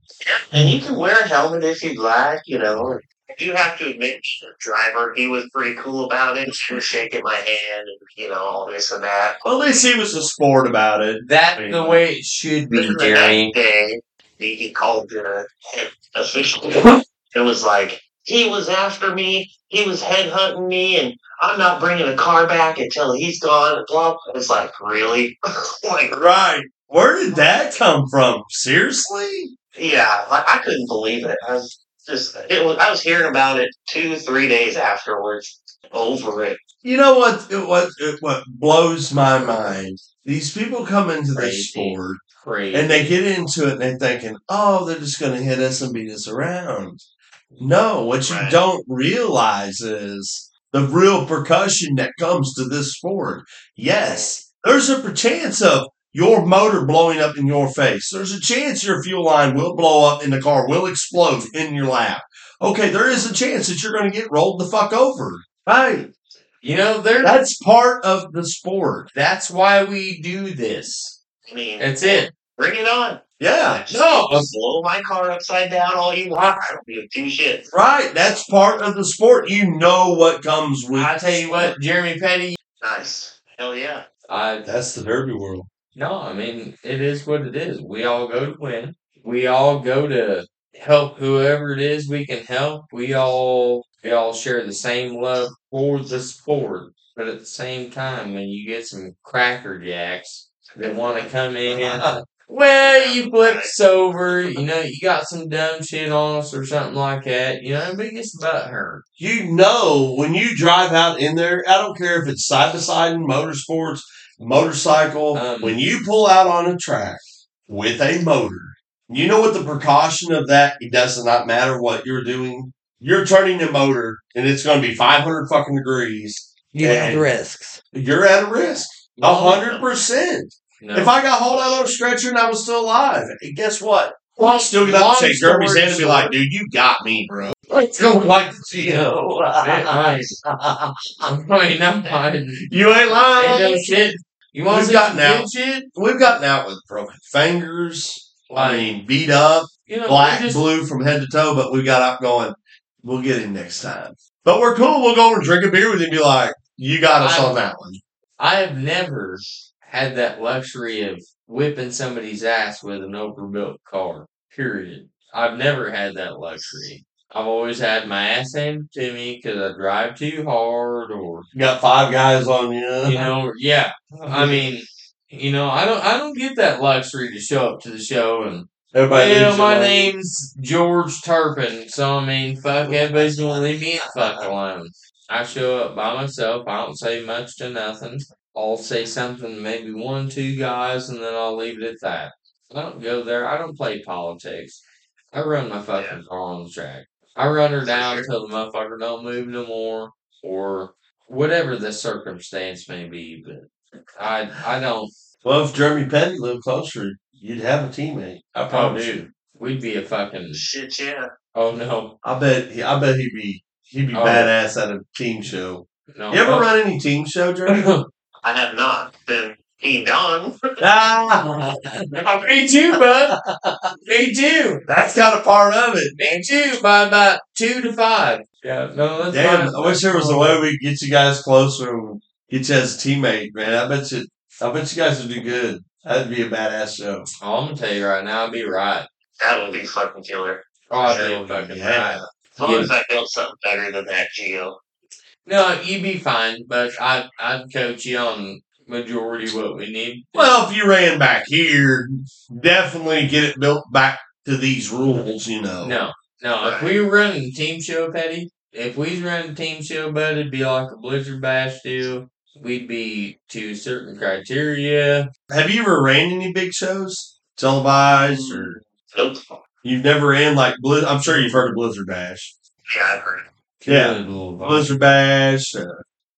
Speaker 4: And you can wear a helmet if you'd like, you know. I do have to admit, the driver, he was pretty cool about it. He was shaking my hand and, you know, all this and that.
Speaker 2: Well, at least he was a sport about it.
Speaker 1: That's the way it should be,
Speaker 4: Then the
Speaker 1: Jeremy.
Speaker 4: next day, he, he called the head official. it was like, he was after me. He was headhunting me, and I'm not bringing the car back until he's gone. Blah. It's like, really? <laughs> like,
Speaker 2: Right. Where did that come from? Seriously?
Speaker 4: yeah, like, I couldn't believe it. I was, just it was, I was hearing about it two, three days afterwards. Over it.
Speaker 2: You know what? It, what? It, what blows my mind? These people come into this
Speaker 1: Crazy.
Speaker 2: sport
Speaker 1: Crazy.
Speaker 2: and they get into it and they're thinking, "Oh, they're just going to hit us and beat us around." No, what you
Speaker 4: Right.
Speaker 2: don't realize is the real percussion that comes to this sport. Yes, there's a per- chance of your motor blowing up in your face. There's a chance your fuel line will blow up and the car will explode in your lap. Okay, there is a chance that you're going to get rolled the fuck over. Right.
Speaker 1: you know, they're,
Speaker 2: That's part of the sport.
Speaker 1: that's why we do this.
Speaker 4: I mean,
Speaker 1: That's it.
Speaker 4: bring it on.
Speaker 2: Yeah.
Speaker 4: Just
Speaker 1: No,
Speaker 4: blow my car upside down all you want. <laughs> I don't give two shits.
Speaker 2: Right. That's part of the sport. You know what comes with
Speaker 1: I tell you what, Jeremy Petty.
Speaker 4: Nice. Hell yeah.
Speaker 1: I
Speaker 2: That's the derby world.
Speaker 1: no, I mean it is what it is. We all go to win. We all go to help whoever it is we can help. We all we all share the same love for the sport. But at the same time, when you get some cracker jacks that want to come in
Speaker 2: <laughs>
Speaker 1: and well, you flipped over, you know, you got some dumb shit on us or something like that, you know, but it gets butt hurt.
Speaker 2: You know when you drive out in there, I don't care if it's side to side in motorsports, motorcycle,
Speaker 1: Um,
Speaker 2: when you pull out on a track with a motor, you know what the precaution of that it does not matter what you're doing. You're turning the motor and it's gonna be five hundred fucking degrees.
Speaker 3: You have
Speaker 2: And-
Speaker 3: risks.
Speaker 2: You're at a risk. A hundred percent.
Speaker 1: No.
Speaker 2: If I got hauled out on a stretcher and I was still alive, guess what?
Speaker 1: Long-
Speaker 2: Still gonna have to
Speaker 1: long
Speaker 2: shake Jeremy's
Speaker 1: story
Speaker 2: hand and be
Speaker 1: short-
Speaker 2: like, dude, you got me, bro.
Speaker 1: Let's <laughs> go like
Speaker 2: <laughs> You know, <laughs>
Speaker 1: nice. I'm really not lying.
Speaker 2: you ain't
Speaker 1: Ain't
Speaker 2: lying.
Speaker 1: no shit. You want
Speaker 2: We've
Speaker 1: to
Speaker 2: gotten out.
Speaker 1: Shit?
Speaker 2: We've gotten out with broken fingers. I
Speaker 1: Like,
Speaker 2: mean, beat up,
Speaker 1: you know,
Speaker 2: black,
Speaker 1: we just-
Speaker 2: blue from head to toe, but we got out going, we'll get him next time. But we're cool. We'll go over and drink a beer with him and be like, you got us
Speaker 1: I-
Speaker 2: on that one.
Speaker 1: I have never had that luxury of whipping somebody's ass with an overbuilt car. Period. I've never had that luxury. I've always had my ass handed to me because I drive too hard, or
Speaker 2: You got five guys on you.
Speaker 1: you know, yeah.
Speaker 2: Uh-huh.
Speaker 1: I mean, you know, I don't, I don't get that luxury to show up to the show and
Speaker 2: Everybody
Speaker 1: you know,
Speaker 2: leaves you
Speaker 1: my
Speaker 2: alone.
Speaker 1: name's George Turpin, so I mean, fuck, everybody's gonna leave me the fuck alone. I show up by myself. I don't say much to nothing. I'll say something, to maybe one, two guys, and then I'll leave it at that. I don't go there. I don't play politics. I run my fucking car on the track. I run her down
Speaker 4: Sure.
Speaker 1: until the motherfucker don't move no more, or whatever the circumstance may be. But I, I don't.
Speaker 2: Well, if Jeremy Petty lived closer, you'd have a teammate. I
Speaker 1: Oh,
Speaker 2: promise you.
Speaker 1: dude, we'd be a fucking.
Speaker 4: Shit, yeah.
Speaker 1: Oh no,
Speaker 2: I bet he, I bet he'd be he'd be
Speaker 1: Oh.
Speaker 2: badass at a team show.
Speaker 1: no.
Speaker 2: You ever
Speaker 1: fuck-
Speaker 2: run any team
Speaker 1: <laughs>
Speaker 2: show, Jeremy?
Speaker 4: I have not been
Speaker 2: <laughs>
Speaker 4: peed on.
Speaker 2: ah,
Speaker 1: Me too, bud. Me too.
Speaker 2: that's kind of part of it.
Speaker 1: Me too. By about two to five. Yeah. No, that's
Speaker 2: Damn,
Speaker 1: fine.
Speaker 2: I wish there was a way we could get you guys closer and get you as a teammate, man. I bet you, I bet you guys would do good. That'd be a badass show.
Speaker 1: Oh, I'm gonna tell you right now, I'll be right.
Speaker 4: That would be fucking killer.
Speaker 1: Oh, I'll be
Speaker 2: Yeah.
Speaker 1: fucking right.
Speaker 4: As long
Speaker 1: Yeah.
Speaker 4: as I built something better than that, Geo.
Speaker 1: No, you'd be fine, but I I'd coach you on majority what we need.
Speaker 2: Well, if you ran back here, definitely get it built back to these rules. You know,
Speaker 1: no, no. If we were running team show, Petty, if we was running team show, bud, it'd be like a blizzard bash deal. We'd be to certain criteria.
Speaker 2: have you ever ran any big shows, televised or?
Speaker 4: Nope.
Speaker 2: You've never ran like Blizz- I'm sure you've heard of Blizzard Bash.
Speaker 4: Yeah, I've heard it.
Speaker 2: Yeah.
Speaker 1: Good Lord.
Speaker 2: Blizzard Bash. uh,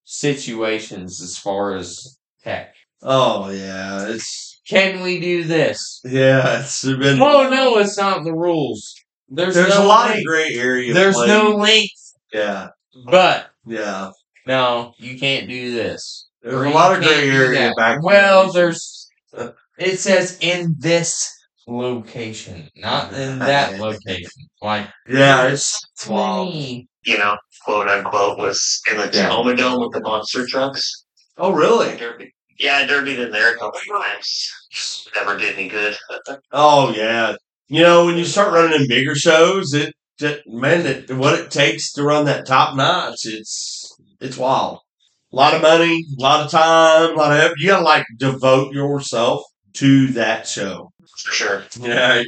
Speaker 1: situations as far as heck.
Speaker 2: oh yeah, it's
Speaker 1: Can we do this?
Speaker 2: yeah, it's been.
Speaker 1: Oh no, it's not the rules. There's,
Speaker 2: there's
Speaker 1: no
Speaker 2: a lot of
Speaker 1: link.
Speaker 2: gray area.
Speaker 1: There's
Speaker 2: play.
Speaker 1: no link,
Speaker 2: Yeah,
Speaker 1: but
Speaker 2: yeah.
Speaker 1: no, you can't do this.
Speaker 2: There's
Speaker 1: Or
Speaker 2: a
Speaker 1: you
Speaker 2: lot of
Speaker 1: can't
Speaker 2: gray
Speaker 1: do
Speaker 2: area
Speaker 1: that.
Speaker 2: back.
Speaker 1: Well, there's. It says in this location, not
Speaker 2: <laughs>
Speaker 1: in that location. Like
Speaker 2: yeah, it's
Speaker 1: twenty.
Speaker 4: You know, quote unquote, was in the
Speaker 1: Yeah.
Speaker 4: Tacoma Dome with the monster trucks.
Speaker 2: oh really?
Speaker 4: Derby. Yeah, I derbied in there a couple times. Never did any good.
Speaker 2: Oh yeah. You know when you start running in bigger shows, it, it man, it, what it takes to run that top notch, it's it's wild. A lot of money, a lot of time, a lot of effort. You gotta like devote yourself to that show.
Speaker 4: For sure.
Speaker 2: Yeah.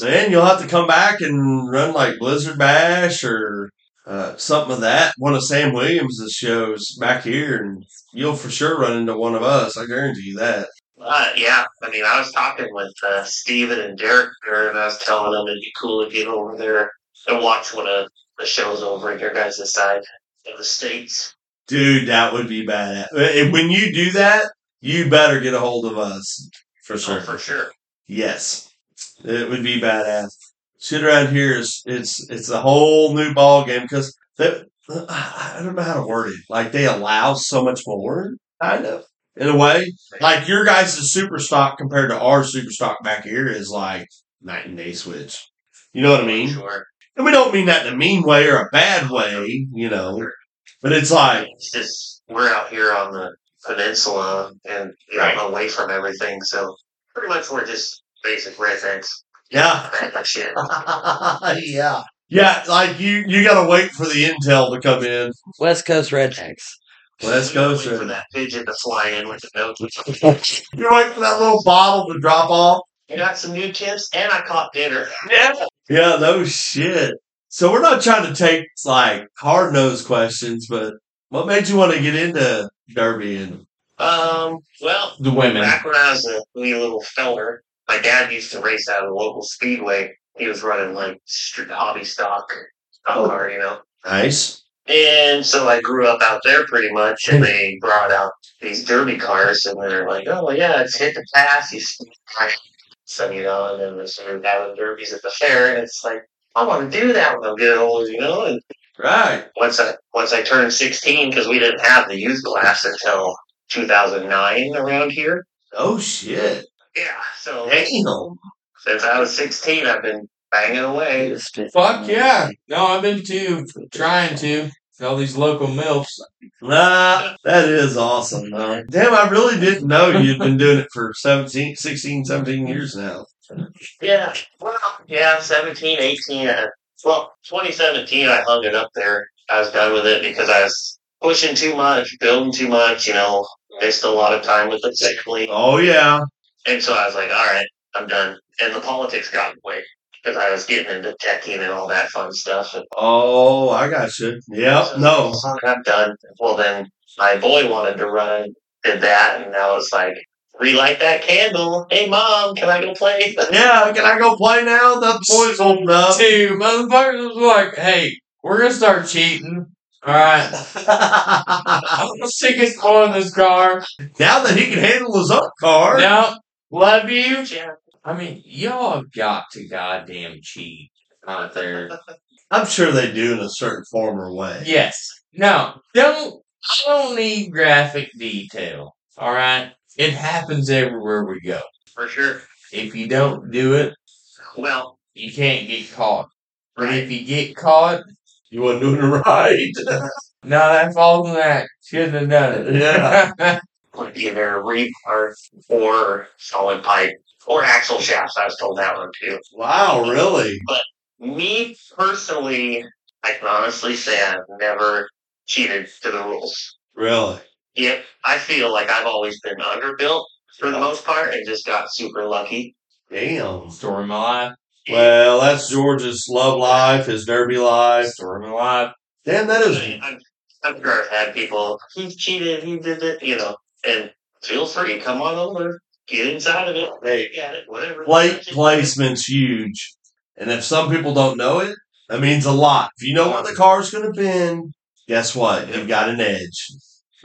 Speaker 2: Then you'll have to come back and run like Blizzard Bash or uh, something of that. One of Sam Williams' shows back here, and you'll for sure run into one of us. I guarantee you that.
Speaker 4: Uh, yeah, I mean, I was talking with uh, Steven and Derek there, and I was telling them it'd be cool to get over there and watch one of the shows over in your guys' side of the States.
Speaker 2: Dude, that would be bad. Uh, When you do that, you better get a hold of us for
Speaker 4: So
Speaker 2: sure.
Speaker 4: for sure.
Speaker 2: Yes, it would be badass. Shit around here is it's it's a whole new ball game because I I don't know how to word it. Like they allow so much more, kind of in a way. Like your guys' super stock compared to our super stock back here is like night and day switch. You know what I mean?
Speaker 4: Sure.
Speaker 2: And we don't mean that in a mean way or a bad way, you know. But it's like
Speaker 4: It's just, we're out here on the peninsula and you know,
Speaker 2: Right.
Speaker 4: away from everything, so pretty much we're just basic rednecks.
Speaker 2: yeah, <laughs>
Speaker 4: Shit.
Speaker 3: yeah.
Speaker 2: yeah. Like you you gotta wait for the intel to come in.
Speaker 3: West Coast Rednecks.
Speaker 2: Let's go,
Speaker 4: Wait
Speaker 2: sir.
Speaker 4: for that pigeon to fly in with the note.
Speaker 2: <laughs> You wait for that little bottle to drop off.
Speaker 4: I got some new tips, and I caught dinner.
Speaker 2: Yeah, no shit. So we're not trying to take like hard nosed questions, but what made you want to get into Derby and
Speaker 4: Um, well,
Speaker 1: The women.
Speaker 4: back when I was a wee little feller, my dad used to race out of the local speedway. He was running like street hobby stock stock
Speaker 2: Oh.
Speaker 4: car, you know.
Speaker 2: Nice?
Speaker 4: And so I grew up out there pretty much, and they brought out these derby cars, and they're like, "Oh yeah, it's hit the pass." You s- so you know, and then they started having derbies at the fair, and it's like, I want to do that when I'm getting older, you know. And
Speaker 2: Right.
Speaker 4: once I once I turned 16 because we didn't have the youth class until 2009 around here.
Speaker 2: Oh shit.
Speaker 4: Yeah, so
Speaker 2: Damn.
Speaker 4: since I was 16, I've been banging away.
Speaker 1: Fuck yeah. No, I've been too trying to. All these local milfs.
Speaker 2: Nah, that is awesome, man. Damn, I really didn't know you'd been doing it for 17, 16, 17 years now.
Speaker 4: Yeah, well, yeah, 17, 18, uh, well, 2017, I hung it up there. I was done with it because I was pushing too much, building too much. You know, missed a lot of time with the family.
Speaker 2: Oh yeah.
Speaker 4: And so I was like, all right, I'm done. And the politics got in the way because I was getting into teching and all that fun stuff. And
Speaker 2: Oh, I got you. Yep. No.
Speaker 4: Fuck, I'm done. Well, then my boy wanted to run, did that, and I was like, relight that candle. Hey, mom, can I go play? <laughs>
Speaker 2: Yeah, can I go play now? That boy's holding up.
Speaker 1: Two motherfuckers was like, hey, we're gonna start cheating. Alright.
Speaker 2: <laughs>
Speaker 1: I'm the sickest boy in this car.
Speaker 2: now that he can handle his own car.
Speaker 1: No, love you.
Speaker 4: Yeah.
Speaker 1: I mean, y'all have got to goddamn cheat out there.
Speaker 2: I'm sure they do in a certain form or way.
Speaker 1: Yes. No. Don't. I don't need graphic detail. All right. It happens everywhere we go.
Speaker 4: For sure.
Speaker 1: If you don't do it,
Speaker 4: Well,
Speaker 1: you can't get caught. But if
Speaker 4: right.
Speaker 1: you get caught,
Speaker 2: You weren't doing it right. <laughs>
Speaker 1: no, that falls in that. Shouldn't have done it. <laughs> Yeah.
Speaker 4: Like either rebar or solid pipe or axle shafts. I was told that one too.
Speaker 2: wow, really?
Speaker 4: Me personally, I can honestly say I've never cheated to the rules.
Speaker 2: Really?
Speaker 4: Yep, I feel like I've always been underbuilt for the most part and just got super lucky.
Speaker 2: Damn.
Speaker 1: Story of my life.
Speaker 2: Well, that's George's love life, his derby life.
Speaker 1: Story of my life.
Speaker 2: Damn, that is.
Speaker 4: I'm, I'm sure I've had people, he cheated, he did it, you know, and feel free, come on over, get inside of it,
Speaker 2: Hey,
Speaker 4: look at it, whatever.
Speaker 2: plate placement's huge. And if some people don't know it, that means a lot. If you know what the car's going to bend, guess what? You've got an edge.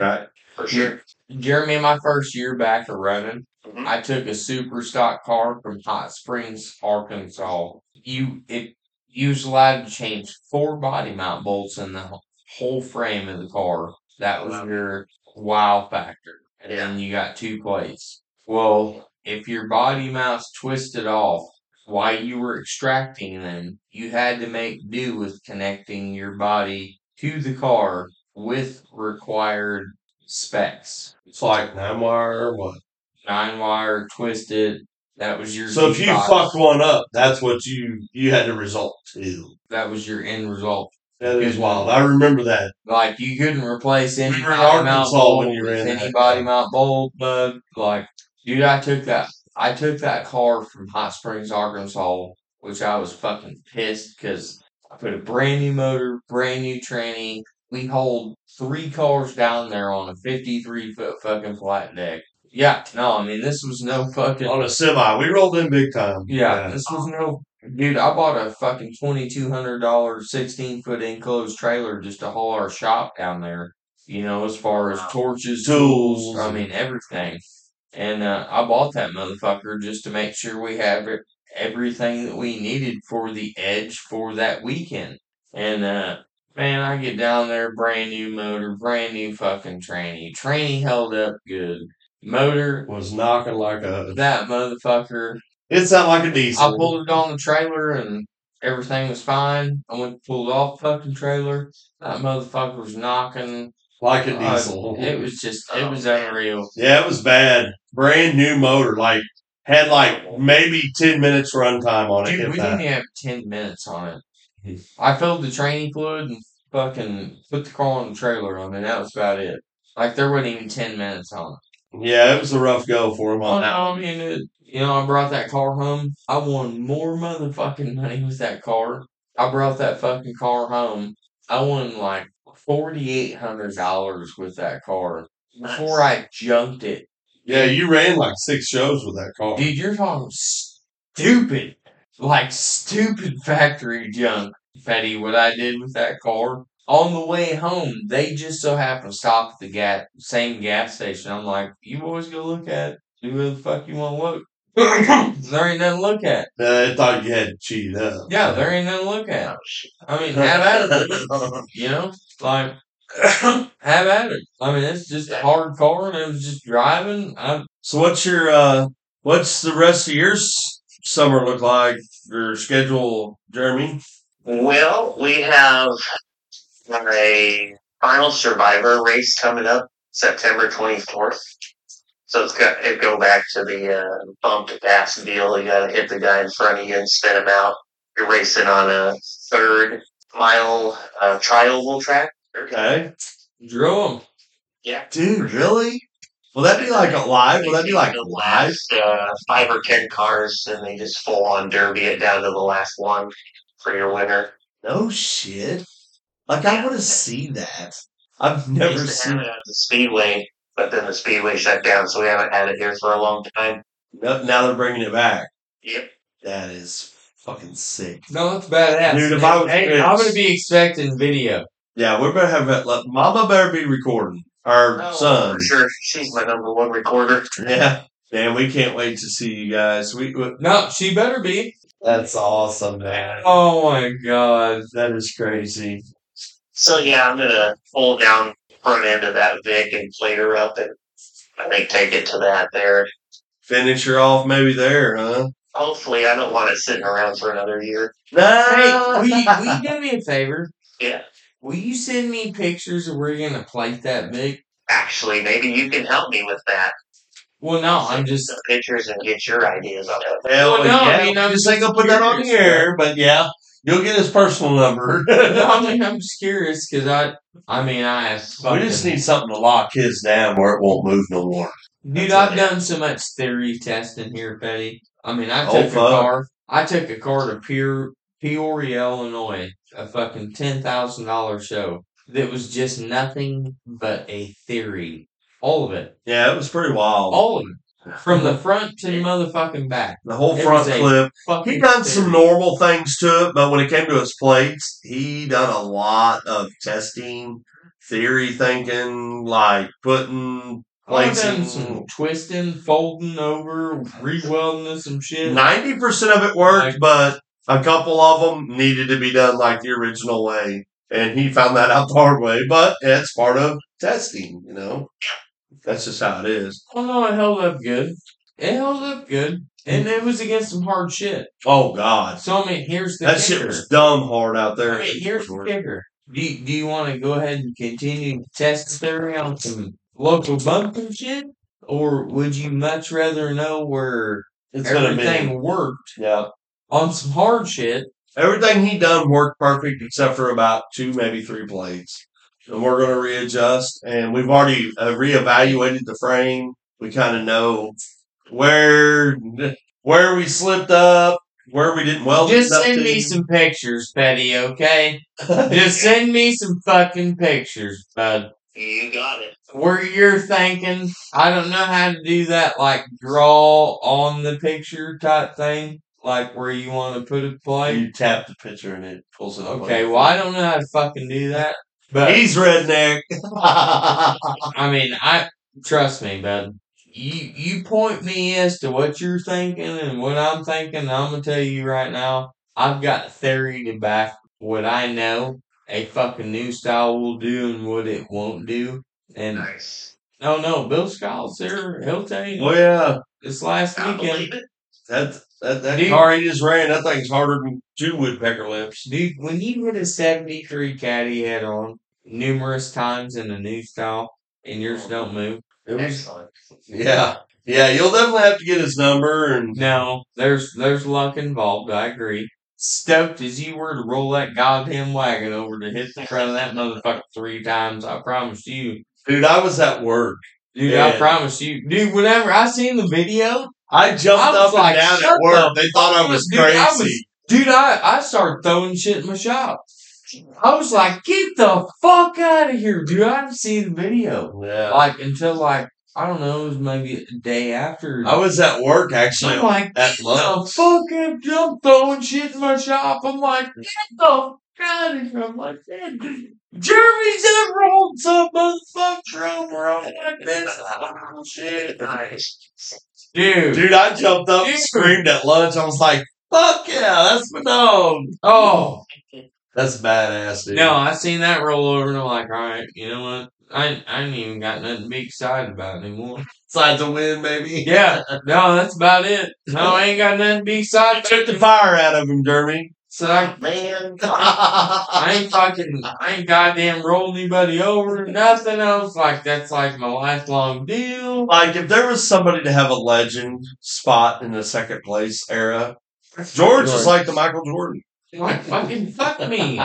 Speaker 2: Right.
Speaker 4: For sure.
Speaker 1: Jeremy, and my first year back of running,
Speaker 4: Mhm.
Speaker 1: I took a super stock car from Hot Springs, Arkansas. You it you was allowed to change four body mount bolts in the whole frame of the car. That was your wow factor. And then you got two plates. Well, if your body mounts twisted off while you were extracting them, you had to make do with connecting your body to the car with required specs
Speaker 2: It's like nine wire or what?
Speaker 1: nine wire twisted. That was your
Speaker 2: So if you
Speaker 1: beatbox.
Speaker 2: fuck one up, that's what you you had to result to.
Speaker 1: that was your end result.
Speaker 2: That is wild. I remember that.
Speaker 1: Like you couldn't replace any
Speaker 2: We were in
Speaker 1: body mount
Speaker 2: Arkansas
Speaker 1: bolt
Speaker 2: when you
Speaker 1: with
Speaker 2: ran
Speaker 1: any
Speaker 2: that.
Speaker 1: body mount bolt, bud. Like, dude, I took that. I took that car from Hot Springs, Arkansas, which I was fucking pissed because I put a brand new motor, brand new tranny. We hauled three cars down there on a 53 foot fucking flat deck. Yeah, no, I mean, this was no fucking.
Speaker 2: on a semi. We rolled in big time.
Speaker 1: Yeah, this was no dude. I bought a fucking twenty two hundred dollar sixteen foot enclosed trailer just to haul our shop down there. You know, as far as torches, tools, I mean everything. And uh, I bought that motherfucker just to make sure we have e- everything that we needed for the edge for that weekend. And uh, man, I get down there, brand new motor, brand new fucking tranny. Tranny held up good. Motor,
Speaker 2: was knocking like a.
Speaker 1: that motherfucker
Speaker 2: It sounded like a diesel.
Speaker 1: I pulled it on the trailer and everything was fine. I went and pulled off the fucking trailer. That motherfucker was knocking.
Speaker 2: like a
Speaker 1: Uh,
Speaker 2: diesel. Oh.
Speaker 1: It was just, it was unreal.
Speaker 2: yeah, it was bad. Brand new motor, like had like maybe ten minutes run time on it.
Speaker 1: Dude,
Speaker 2: if
Speaker 1: we
Speaker 2: that.
Speaker 1: didn't have 10 minutes on
Speaker 2: <laughs>
Speaker 1: it. I filled the training fluid and fucking put the car on the trailer. I mean, that was about it. Like, there wasn't even 10 minutes on it.
Speaker 2: Yeah, it was a rough go for him
Speaker 1: Oh,
Speaker 2: on
Speaker 1: no,
Speaker 2: that.
Speaker 1: I mean, it, you know, I brought that car home. I won more motherfucking <laughs> money with that car. I brought that fucking car home. I won like $4,800 with that car. before I junked it.
Speaker 2: Yeah, you ran like six shows with that car.
Speaker 1: Dude, you're talking stupid, like stupid factory junk, Fetty, what I did with that car. On the way home, they just so happened to stop at the gas, same gas station. I'm like, you boys go look at it. Do whatever the fuck you want to look. <laughs> there ain't nothing to look at.
Speaker 2: Uh, I thought you had cheated up.
Speaker 1: Yeah, there ain't nothing to look at. I mean, have at it. You know, like <coughs> have at it. I mean, it's just a hard car, and it was just driving. I
Speaker 2: So what's your uh what's the rest of your s- summer look like? Your schedule, Jeremy?
Speaker 4: Well, we have a final survivor race coming up September 24th. So it's got it go back to the uh, bumped ass deal. You got to hit the guy in front of you and spin him out. You're racing on a third mile uh, trioval track.
Speaker 2: Okay,
Speaker 1: drove 'em.
Speaker 4: Yeah.
Speaker 2: dude, really? Will that be like a live? Will that be like live?
Speaker 4: uh, five or ten cars, and they just full on derby it down to the last one for your winner.
Speaker 2: No shit. Like I want to see that. I've
Speaker 4: We
Speaker 2: never
Speaker 4: used to have
Speaker 2: seen.
Speaker 4: it at the speedway, but then the speedway shut down, so we haven't had it here for a long time.
Speaker 2: No, now they're bringing it back.
Speaker 4: Yep.
Speaker 2: That is fucking sick.
Speaker 1: No, that's badass.
Speaker 2: Dude, if I was
Speaker 1: hey,
Speaker 2: rich-
Speaker 1: I'm gonna be expecting video.
Speaker 2: Yeah, we better have that. Look, Mama better be recording. Our
Speaker 1: No.
Speaker 2: son.
Speaker 4: Oh, For sure, she's my number one recorder.
Speaker 2: <laughs> Yeah. Man, we can't wait to see you guys. We, we
Speaker 1: No, she better be.
Speaker 2: that's awesome, man.
Speaker 1: Oh my god.
Speaker 2: That is crazy.
Speaker 4: So yeah, I'm gonna pull down front end of that Vic and play her up, and I think take it to that there.
Speaker 2: Finish her off maybe there, huh?
Speaker 4: Hopefully, I don't want it sitting around for another year.
Speaker 1: Hey,
Speaker 2: No.
Speaker 1: will you, will you do me a favor?
Speaker 4: Yeah.
Speaker 1: Will you send me pictures of where you're gonna plate that big?
Speaker 4: Actually, maybe you can help me with that.
Speaker 1: Well, no, I'm just. <laughs>
Speaker 4: Some pictures and get your ideas on it.
Speaker 2: Hell
Speaker 1: Well, no,
Speaker 2: yeah.
Speaker 1: I mean, I'm
Speaker 2: just ain't gonna put that on the
Speaker 1: curious.
Speaker 2: air, but yeah, you'll get his personal <laughs> number.
Speaker 1: No, I mean, I'm just curious because I. I mean, I have.
Speaker 2: we
Speaker 1: Fucking,
Speaker 2: just need something to lock his down where it won't move no more.
Speaker 1: Dude,
Speaker 4: That's
Speaker 1: I've
Speaker 4: it.
Speaker 1: done so much theory testing here, Betty. I mean, I
Speaker 2: Oh,
Speaker 1: took a
Speaker 2: fuck.
Speaker 1: car. I took a car to Pier, Peoria, Illinois, a fucking ten thousand dollar show that was just nothing but a theory. All of it,
Speaker 2: Yeah, it was pretty wild.
Speaker 1: all of it, from the front to the motherfucking back.
Speaker 2: the whole
Speaker 1: it
Speaker 2: front
Speaker 1: was a-
Speaker 2: clip.
Speaker 1: Fucking
Speaker 2: He
Speaker 1: theory.
Speaker 2: done some normal things to it, but when it came to his plates, he done a lot of testing, theory thinking, like putting
Speaker 1: I've
Speaker 2: plates
Speaker 1: done
Speaker 2: in.
Speaker 1: some twisting, folding over, rewelding and some shit.
Speaker 2: Ninety percent of it
Speaker 1: Like-
Speaker 2: worked, but a couple of them needed to be done like the original way, and he found that out the hard way. But it's part of testing, you know. That's just how it is.
Speaker 1: Oh no, it held up good. It held up good,
Speaker 2: Hmm.
Speaker 1: and it was against some hard shit.
Speaker 2: Oh God,
Speaker 1: So I mean, here's the
Speaker 2: that
Speaker 1: kicker.
Speaker 2: shit was dumb hard out there.
Speaker 1: I mean, here's the kicker. Do you, do you want to go ahead and continue to test the theory on some local bumpkin shit? Or would you much rather know where
Speaker 2: It's gonna
Speaker 1: everything
Speaker 2: be
Speaker 1: worked
Speaker 2: yeah.
Speaker 1: on some hard shit?
Speaker 2: Everything he done worked perfect except for about two, maybe three plates. And we're going to readjust. And we've already uh, reevaluated the frame. We kind of know where where we slipped up, where we didn't weld.
Speaker 1: Just
Speaker 2: it up
Speaker 1: send
Speaker 2: to
Speaker 1: me
Speaker 2: you.
Speaker 1: some pictures, Petty,
Speaker 2: <laughs>
Speaker 1: okay? Just send me some fucking pictures, bud.
Speaker 4: You got it.
Speaker 1: Where you're thinking, I don't know how to do that, like draw on the picture type thing, like where you want to put a plate.
Speaker 2: you tap the picture and it pulls it up. on
Speaker 1: Okay,
Speaker 2: your
Speaker 1: well, I don't know how to fucking do that,
Speaker 2: phone.
Speaker 1: but
Speaker 2: he's redneck.
Speaker 1: <laughs> I mean, I trust me, bud. You you point me as to what you're thinking and what I'm thinking. and I'm gonna tell you right now, I've got a theory to back what I know a fucking new style will do and what it won't do. And
Speaker 4: Nice.
Speaker 1: no, no, Bill Scott's there. He'll tell you
Speaker 2: Oh yeah,
Speaker 1: this last
Speaker 4: I
Speaker 1: weekend,
Speaker 4: believe it.
Speaker 2: that that, that
Speaker 1: Dude.
Speaker 2: car he just ran. That thing's harder than two woodpecker lips.
Speaker 1: dude. When he put a '73 caddy head on numerous times in the new style, and yours don't move. It was
Speaker 4: Excellent.
Speaker 2: Yeah, yeah. You'll definitely have to get his number and
Speaker 1: No, there's there's luck involved. I agree. Stoked as you were to roll that goddamn wagon over to hit the front of that motherfucker three times, I promise you,
Speaker 2: dude. I was at work.
Speaker 1: dude. I
Speaker 2: Yeah.
Speaker 1: promise you, dude. Whenever I seen the video,
Speaker 2: I jumped
Speaker 1: I was
Speaker 2: up
Speaker 1: like,
Speaker 2: and down
Speaker 1: "Shut
Speaker 2: at work.
Speaker 1: the
Speaker 2: They thought
Speaker 1: fuck
Speaker 2: I was
Speaker 1: up, dude. I was-
Speaker 2: crazy.
Speaker 1: dude, I I started throwing shit in my shop. I was like, get the fuck out of here, dude. I didn't see the video
Speaker 2: yeah,
Speaker 1: like until like I don't know, it was maybe a day after.
Speaker 2: I was at work actually.
Speaker 1: I'm like,
Speaker 2: at
Speaker 1: get the
Speaker 2: lunch.
Speaker 1: fucking I'm throwing shit in my shop. I'm like, get the fuck out of here. I'm like, man, Jeremy's ever rolled some motherfucking drum around like this. Oh, shit.
Speaker 4: <laughs> Nice.
Speaker 1: Dude.
Speaker 2: Dude, I jumped up and
Speaker 1: Dude.
Speaker 2: screamed at lunch. I was like, fuck yeah, that's my dog.
Speaker 1: Oh.
Speaker 2: That's badass, dude.
Speaker 1: No, I seen that roll over and I'm like, all right, you know what? I, I ain't even got nothing to be excited about anymore. <laughs>
Speaker 2: Sides to win, baby. <laughs>
Speaker 1: Yeah, no, that's about it. No, I ain't got nothing to be
Speaker 2: I
Speaker 1: excited
Speaker 2: took
Speaker 1: about.
Speaker 2: the fire out of him, Dermy.
Speaker 1: So I
Speaker 4: Man.
Speaker 1: I ain't fucking, I ain't goddamn rolled anybody over, nothing else. Like, that's like my lifelong deal.
Speaker 2: <laughs> like, if there was somebody to have a legend spot in the second place era, George is
Speaker 3: George.
Speaker 2: like the Michael Jordan. <laughs>
Speaker 1: Like, fucking fuck me.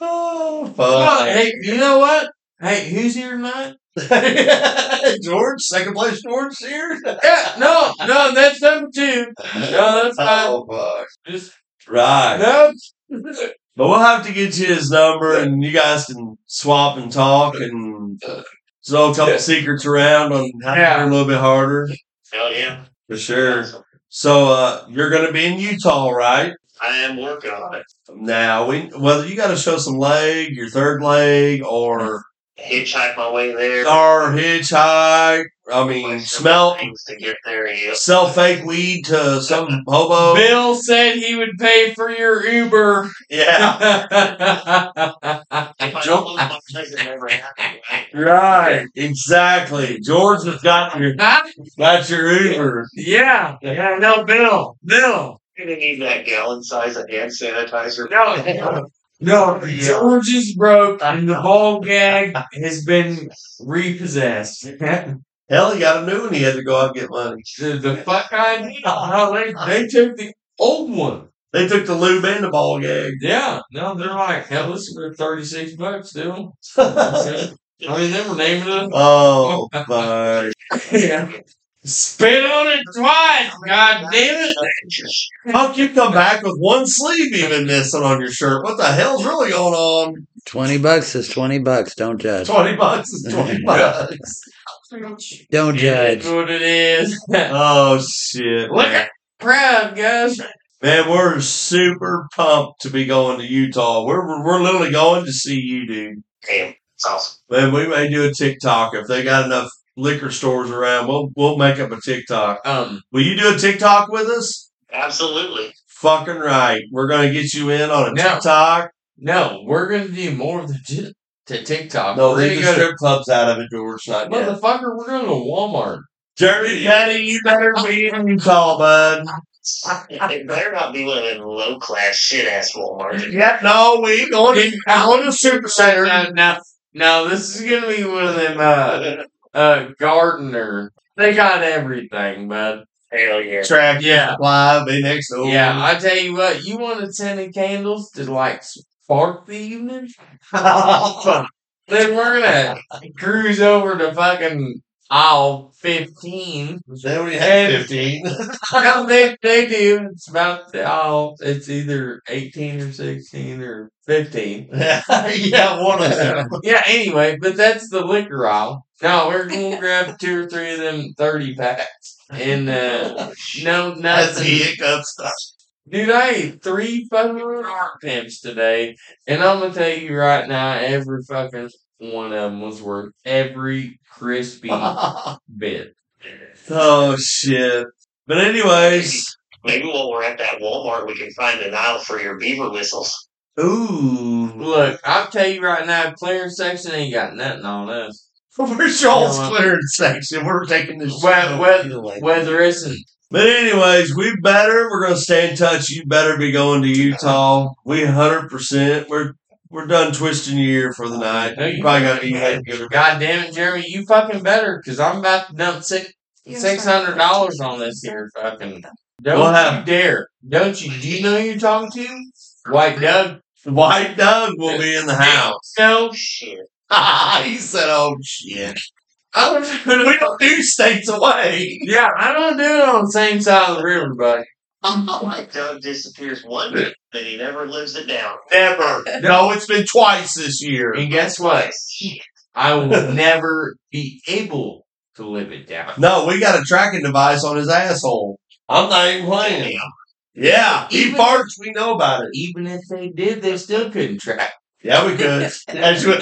Speaker 2: Oh,
Speaker 1: Well,
Speaker 2: fuck.
Speaker 1: hey, you know what? Hey, who's here tonight?
Speaker 2: <laughs> George, second place George here.
Speaker 1: Yeah, no, no, that's them too. No, that's fine.
Speaker 2: <laughs> Oh, fuck.
Speaker 1: Just,
Speaker 2: Right.
Speaker 1: no.
Speaker 2: But we'll have to get you his number, and you guys can swap and talk, and throw a couple
Speaker 1: Yeah.
Speaker 2: secrets around on how to
Speaker 1: Yeah.
Speaker 2: learn a little bit harder
Speaker 4: Hell Oh, yeah.
Speaker 2: for sure. So uh, you're going to be in Utah, right?
Speaker 4: I am working on it.
Speaker 2: Now, we, whether you got to show some leg, your third leg, or
Speaker 4: Hitchhike my way there.
Speaker 2: or hitchhike, I mean,
Speaker 4: Like,
Speaker 2: smell
Speaker 4: things to get there. Yeah.
Speaker 2: sell fake weed to some hobo.
Speaker 1: Bill said he would pay for your Uber. <laughs>
Speaker 2: Yeah,
Speaker 4: If
Speaker 2: Joe-
Speaker 4: I don't lose my place, it never happened.
Speaker 2: right, exactly. George has got your got your Uber.
Speaker 1: yeah, yeah, no, Bill, Bill.
Speaker 4: You're gonna need that gallon size of hand sanitizer. <laughs>
Speaker 1: No, no, George is broke, and the ball gag has been repossessed. the,
Speaker 2: Hell, he got a new one. He had to go out and get money.
Speaker 1: the fuck I need? No, they, they took the old one.
Speaker 2: They took the lube and the ball gag. <laughs>
Speaker 1: Yeah, no, they're like, hell, this is for 36 bucks, dude.
Speaker 2: oh,
Speaker 1: I mean, they were
Speaker 2: <laughs>
Speaker 1: naming
Speaker 2: my.
Speaker 1: it. Spit on it twice, god damn it.
Speaker 2: How you come back with one sleeve even missing on your shirt? What the hell's really going on?
Speaker 3: 20 bucks is 20 bucks. Don't judge.
Speaker 2: 20 bucks is 20 bucks.
Speaker 3: Don't judge.
Speaker 1: That's what it is. <laughs>
Speaker 2: Oh, shit.
Speaker 1: Look
Speaker 2: man.
Speaker 1: at proud, guys.
Speaker 2: Man, we're super pumped to be going to Utah. We're, we're, we're literally going to see you, dude.
Speaker 4: Damn, it's awesome.
Speaker 2: Man, we may do a TikTok. If they got enough liquor stores around, we'll, we'll make up a TikTok.
Speaker 1: Um,
Speaker 2: Will you do a TikTok with us?
Speaker 4: Absolutely.
Speaker 2: Fucking right. We're gonna get you in on a
Speaker 1: No.
Speaker 2: TikTok.
Speaker 1: no, we're going to do more than just to TikTok.
Speaker 2: No,
Speaker 1: we're gonna
Speaker 2: leave the
Speaker 1: go to
Speaker 2: strip clubs out of it, George. Not yet.
Speaker 1: Motherfucker, we're going to Walmart.
Speaker 2: Jeremy Petty, you better be in Utah, bud.
Speaker 4: It better not be one of them low class shit ass Walmart. <laughs>
Speaker 2: Yeah, no, we going to going to Super Center.
Speaker 1: Now, now, now this is gonna be one of them uh, uh gardener. They got everything, bud.
Speaker 4: Hell yeah.
Speaker 2: Track
Speaker 1: Yeah.
Speaker 2: supply, be next to <laughs>
Speaker 1: Yeah, I tell you what, you wanted scented candles to like spark the evening?
Speaker 2: I <laughs>
Speaker 1: Then we're gonna cruise over to fucking aisle <laughs> 15.
Speaker 2: They already had
Speaker 1: And-
Speaker 2: 15.
Speaker 1: No, they, they do. It's about the aisle. It's either 18 or 16 or 15.
Speaker 2: <laughs> yeah, one of them.
Speaker 1: Yeah, anyway, but that's the liquor aisle. No, we're going to grab two or three of them 30 packs. And, uh, no,
Speaker 2: That's the
Speaker 1: nothing.
Speaker 2: hiccup stuff.
Speaker 1: Dude, I ate three fucking art pimps today, and I'm gonna tell you right now, every fucking one of them was worth every crispy bit.
Speaker 2: oh, shit. But, anyways,
Speaker 4: Maybe while we're at that Walmart, we can find an aisle for your beaver whistles.
Speaker 2: ooh. <laughs>
Speaker 1: Look, I'll tell you right now, clearance section ain't got nothing on us.
Speaker 2: We're Joel's clearance section. We're taking this.
Speaker 1: Well,
Speaker 2: shit
Speaker 1: well,
Speaker 2: either
Speaker 4: Oh,
Speaker 2: way.
Speaker 1: Whether it's an
Speaker 2: But anyways, we better. We're gonna stay in touch. You better be going to Utah. We hundred percent. We're we're done twisting your ear for the night.
Speaker 1: No,
Speaker 2: You
Speaker 1: you-
Speaker 2: probably gotta be head giver.
Speaker 1: God damn it, Jeremy, you fucking better, cause I'm about to dump six six hundred dollars on this here fucking. Don't
Speaker 2: What
Speaker 1: you
Speaker 2: happened?
Speaker 1: dare! Don't you? Do you know who you're talking to? White Doug.
Speaker 2: White Doug will be in the house.
Speaker 1: No.
Speaker 4: Shit.
Speaker 2: <laughs> he said, "Oh shit,
Speaker 1: I don't know.
Speaker 2: we <laughs> don't do states away."
Speaker 1: Yeah, I don't do it on the same side of the river, buddy.
Speaker 4: White Doug disappears one day, but he never lives it down.
Speaker 2: Never. No, it's been twice this year.
Speaker 1: And guess what?
Speaker 4: Shit.
Speaker 1: I
Speaker 2: <laughs>
Speaker 1: will never be able to live it down.
Speaker 2: No, we got a tracking device on his asshole. I'm not even playing.
Speaker 4: Damn.
Speaker 2: Yeah, he
Speaker 1: Even-
Speaker 2: farts. We know about it.
Speaker 1: Even if they did, they still couldn't track.
Speaker 2: Yeah, we could. As you-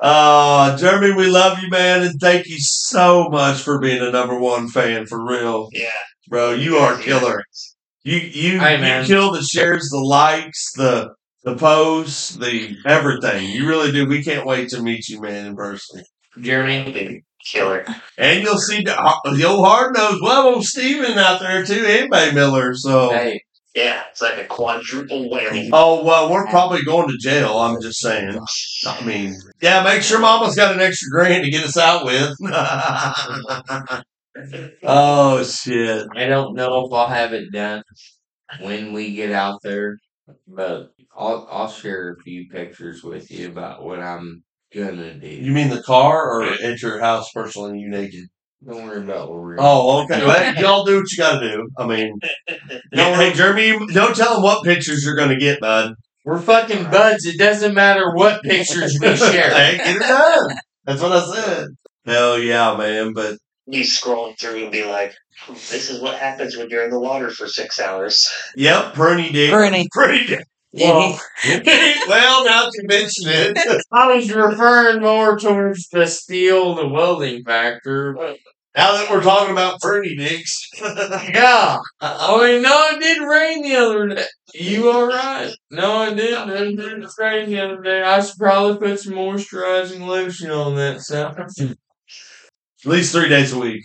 Speaker 2: uh, Jeremy, we love you, man, and thank you so much for being a number one fan for real,
Speaker 4: Yeah.
Speaker 2: bro. You are a killer. You you
Speaker 1: Hey,
Speaker 2: you
Speaker 1: man.
Speaker 2: kill the shares, the likes, the the posts, the everything. You really do. We can't wait to meet you, man, in person.
Speaker 1: Jeremy,
Speaker 4: Big Killer.
Speaker 2: And you'll see the, the old hard nose, well, old Steven out there too, and Bay Miller. So,
Speaker 1: hey,
Speaker 4: Yeah, it's like a quadruple whammy.
Speaker 2: oh well, we're probably going to jail. I'm just saying. I mean, yeah, make sure Mama's got an extra grand to get us out with. <laughs> oh shit!
Speaker 1: I don't know if I'll have it done when we get out there, but I'll I'll share a few pictures with you about what I'm gonna do.
Speaker 2: You mean the car or at your house personally? You naked?
Speaker 1: Don't worry about what we're
Speaker 2: Oh, okay. Well, y'all do what you got to do. I mean,
Speaker 1: No,
Speaker 2: hey Jeremy, don't tell them what pictures you're going to get, bud.
Speaker 1: we're fucking buds. It doesn't matter what pictures
Speaker 2: <laughs>
Speaker 1: we share.
Speaker 2: hey, get it done. That's what I said. Hell yeah, man! But
Speaker 4: You scrolling through and be like, this is what happens when you're in the water for six hours.
Speaker 2: yep, pruny dick.
Speaker 3: Pruny.
Speaker 2: Pruny dick.
Speaker 3: Well,
Speaker 2: well, now that you mention it, <laughs>
Speaker 1: I was referring more towards the steel, the welding factor.
Speaker 2: now that we're talking about pruny dicks.
Speaker 1: Yeah. ah, I mean, no, it did rain the other day. You all right? No, it didn't. It didn't rain the other day. I should probably put some moisturizing lotion on that stuff.
Speaker 2: At least three days a week.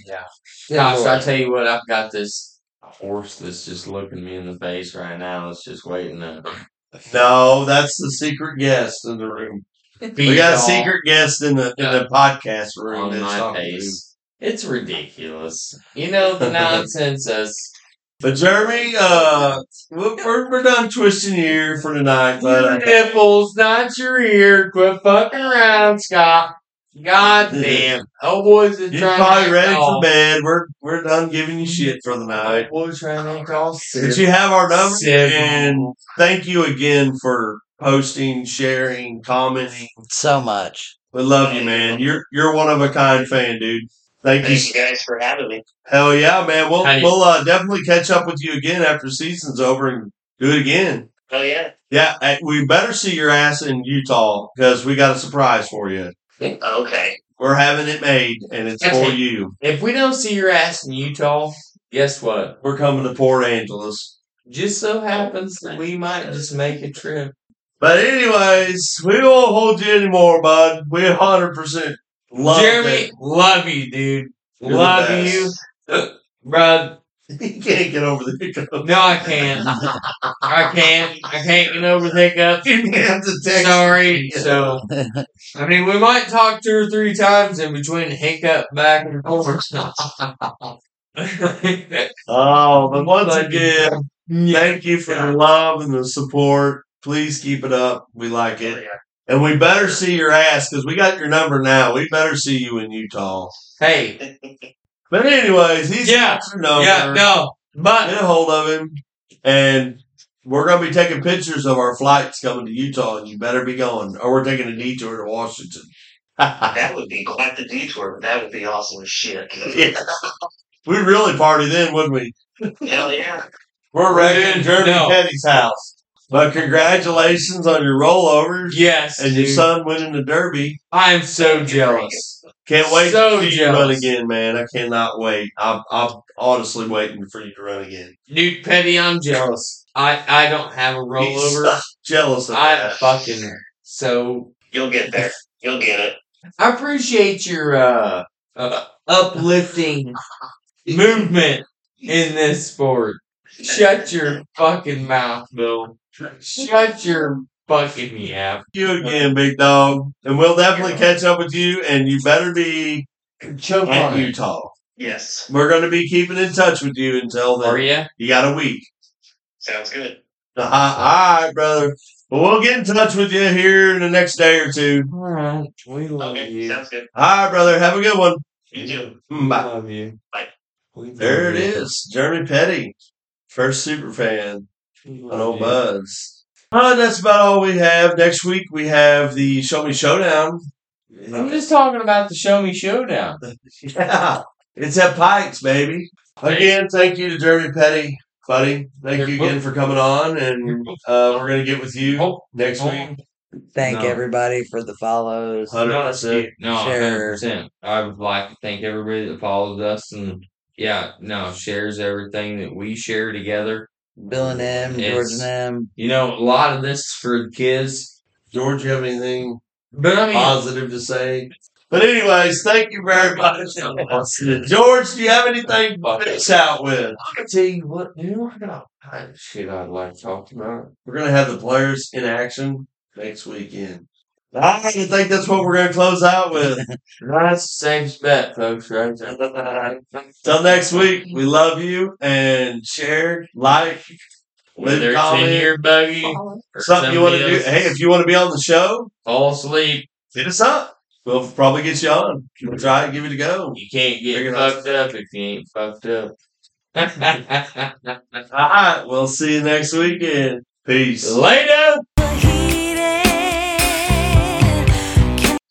Speaker 1: Gosh, I tell you what, I've got this horse that's just looking me in the face right now. It's just waiting
Speaker 2: <laughs>
Speaker 1: to.
Speaker 2: No, that's the secret guest in the room. We
Speaker 1: feed
Speaker 2: got a
Speaker 1: off
Speaker 2: secret guest in the in the podcast room.
Speaker 1: on
Speaker 2: that's
Speaker 1: my
Speaker 2: talking to you.
Speaker 1: face. It's ridiculous. You know
Speaker 2: <laughs>
Speaker 1: the nonsense us.
Speaker 2: But Jeremy, uh, we're, we're we're done twisting your ear for
Speaker 1: Your
Speaker 2: tonight. But uh,
Speaker 1: nipples, not your ear. Quit fucking around, Scott. God damn. Oh, boys, it's
Speaker 2: you're probably ready for bed. We're we're done giving you shit for the night.
Speaker 1: Boys, trying to call
Speaker 2: But you have our number,
Speaker 1: Seven.
Speaker 2: and thank you again for posting, sharing, commenting.
Speaker 3: <laughs> so much.
Speaker 2: We love you, man. You're you're one of a kind fan, dude. Thank you
Speaker 4: Thank you guys for having me.
Speaker 2: Hell yeah, man. We'll
Speaker 1: Hey.
Speaker 2: we'll uh, definitely catch up with you again after season's over and do it again.
Speaker 4: Oh, yeah.
Speaker 2: Yeah, eh, we better see your ass in Utah because we got a surprise for you.
Speaker 4: Okay.
Speaker 2: We're having it made, and it's for
Speaker 1: Okay.
Speaker 2: you.
Speaker 1: If we don't see your ass in Utah, guess what?
Speaker 2: We're coming to Port Angeles.
Speaker 1: Just so happens that we might just make a trip.
Speaker 2: But anyways, we won't hold you anymore, bud. We 100% love
Speaker 1: Jeremy,
Speaker 2: it.
Speaker 1: love you, dude.
Speaker 2: You're the
Speaker 1: love
Speaker 2: best.
Speaker 1: you. <laughs> Bruh,
Speaker 2: <laughs> He can't get over the hiccup.
Speaker 1: no, I can't. I can't. I can't get over the hiccup.
Speaker 2: <laughs> You have to text.
Speaker 1: Sorry. So, I mean, we might talk two or three times in between hiccup back and forth. <laughs>
Speaker 2: Oh, but once
Speaker 1: Love you.
Speaker 2: again, thank you for the love and the support. Please keep it up. We like
Speaker 4: Oh,
Speaker 2: it.
Speaker 4: yeah.
Speaker 2: And we better see your ass because we got your number now. We better see you in Utah.
Speaker 1: Hey,
Speaker 2: But anyways, he's
Speaker 1: Yeah.
Speaker 2: got your number.
Speaker 1: yeah, no, but
Speaker 2: Get a hold of him, and we're gonna be taking pictures of our flights coming to Utah, and you better be going, or we're taking a detour to Washington.
Speaker 4: <laughs>
Speaker 2: <laughs>
Speaker 4: That would be quite the detour, but that would be awesome as shit.
Speaker 2: Yeah. We'd really party then, wouldn't we?
Speaker 4: Hell yeah.
Speaker 2: We're wrecking
Speaker 1: Dude,
Speaker 2: Jeremy
Speaker 1: no.
Speaker 2: Petty's house. But congratulations on your rollover
Speaker 1: yes,
Speaker 2: and your
Speaker 1: dude.
Speaker 2: son winning the Derby.
Speaker 1: I am so jealous.
Speaker 2: Can't wait
Speaker 1: So
Speaker 2: to see
Speaker 1: jealous.
Speaker 2: you run again, man. I cannot wait. I'm, I'm honestly waiting for you to run again.
Speaker 1: Dude, Petty, I'm jealous. I, I don't have a
Speaker 2: He's
Speaker 1: rollover.
Speaker 2: Jealous of
Speaker 1: I'm
Speaker 2: that.
Speaker 1: fucking so
Speaker 4: You'll get there. You'll get it.
Speaker 1: I appreciate your uh, uh
Speaker 4: <laughs>
Speaker 1: uplifting movement in this sport. Shut your fucking mouth, Bill. Shut your fucking yap.
Speaker 2: you again, big dog. And we'll definitely catch up with you, and you better be
Speaker 1: Choke
Speaker 2: at
Speaker 1: on it.
Speaker 2: Utah.
Speaker 4: Yes.
Speaker 2: We're going to be keeping in touch with you until
Speaker 1: Are
Speaker 2: then.
Speaker 1: ya?
Speaker 2: You got a week.
Speaker 4: Sounds good.
Speaker 2: Uh, All right, brother. Well, we'll get in touch with you here in the next day or two.
Speaker 1: All right. We love
Speaker 4: Okay.
Speaker 1: you.
Speaker 4: Sounds good.
Speaker 2: All right, brother. Have a good one. Hmm,
Speaker 4: You too.
Speaker 1: We
Speaker 2: Bye.
Speaker 1: love you.
Speaker 4: Bye.
Speaker 1: We love
Speaker 2: There it
Speaker 1: you.
Speaker 2: is. Jeremy Petty, first super fan
Speaker 1: We
Speaker 2: on
Speaker 1: love
Speaker 2: Old
Speaker 1: you.
Speaker 2: Buds. Uh, that's about all we have. Next week, we have the Show Me Showdown.
Speaker 1: I'm just talking about the Show Me Showdown.
Speaker 2: <laughs> Yeah. It's at Pikes, baby. Again, thank you to Jeremy Petty, buddy. Thank you again for coming on. And uh, we're going to get with you
Speaker 1: Oh,
Speaker 2: next
Speaker 1: oh,
Speaker 2: week.
Speaker 3: Thank
Speaker 2: No.
Speaker 3: everybody for the follows.
Speaker 2: 100%.
Speaker 1: No,
Speaker 3: Share.
Speaker 1: 100%. I would like to thank everybody that follows us and, yeah, no, shares everything that we share together.
Speaker 3: Bill and M, George
Speaker 1: It's-
Speaker 3: and M.
Speaker 1: You know, a lot of this is for the kids.
Speaker 2: George, you have anything
Speaker 1: But I mean,
Speaker 2: positive to say. But anyways, thank you very much. George, do you have anything to finish out with?
Speaker 1: I can tell you what, dude, I got a ton of shit I'd like to talk about.
Speaker 2: We're gonna have the players in action next weekend. I think that's what we're gonna close out with.
Speaker 1: That's the safest bet, folks,
Speaker 2: <laughs>
Speaker 1: right? there.
Speaker 2: Till next week, we love you and share, like,
Speaker 1: Whether
Speaker 2: leave
Speaker 1: it's in
Speaker 2: comment,
Speaker 1: your buggy or
Speaker 2: something you want to do.
Speaker 1: somebody
Speaker 2: Hey,
Speaker 1: else's,
Speaker 2: if you want to be on the show,
Speaker 1: fall asleep,
Speaker 2: hit us up. We'll probably get you on. We'll try to give it a go.
Speaker 1: you can't
Speaker 2: Figure
Speaker 1: get
Speaker 2: it out.
Speaker 1: fucked up if you ain't fucked up. <laughs>
Speaker 2: All right, we'll see you next weekend. Peace.
Speaker 1: Later!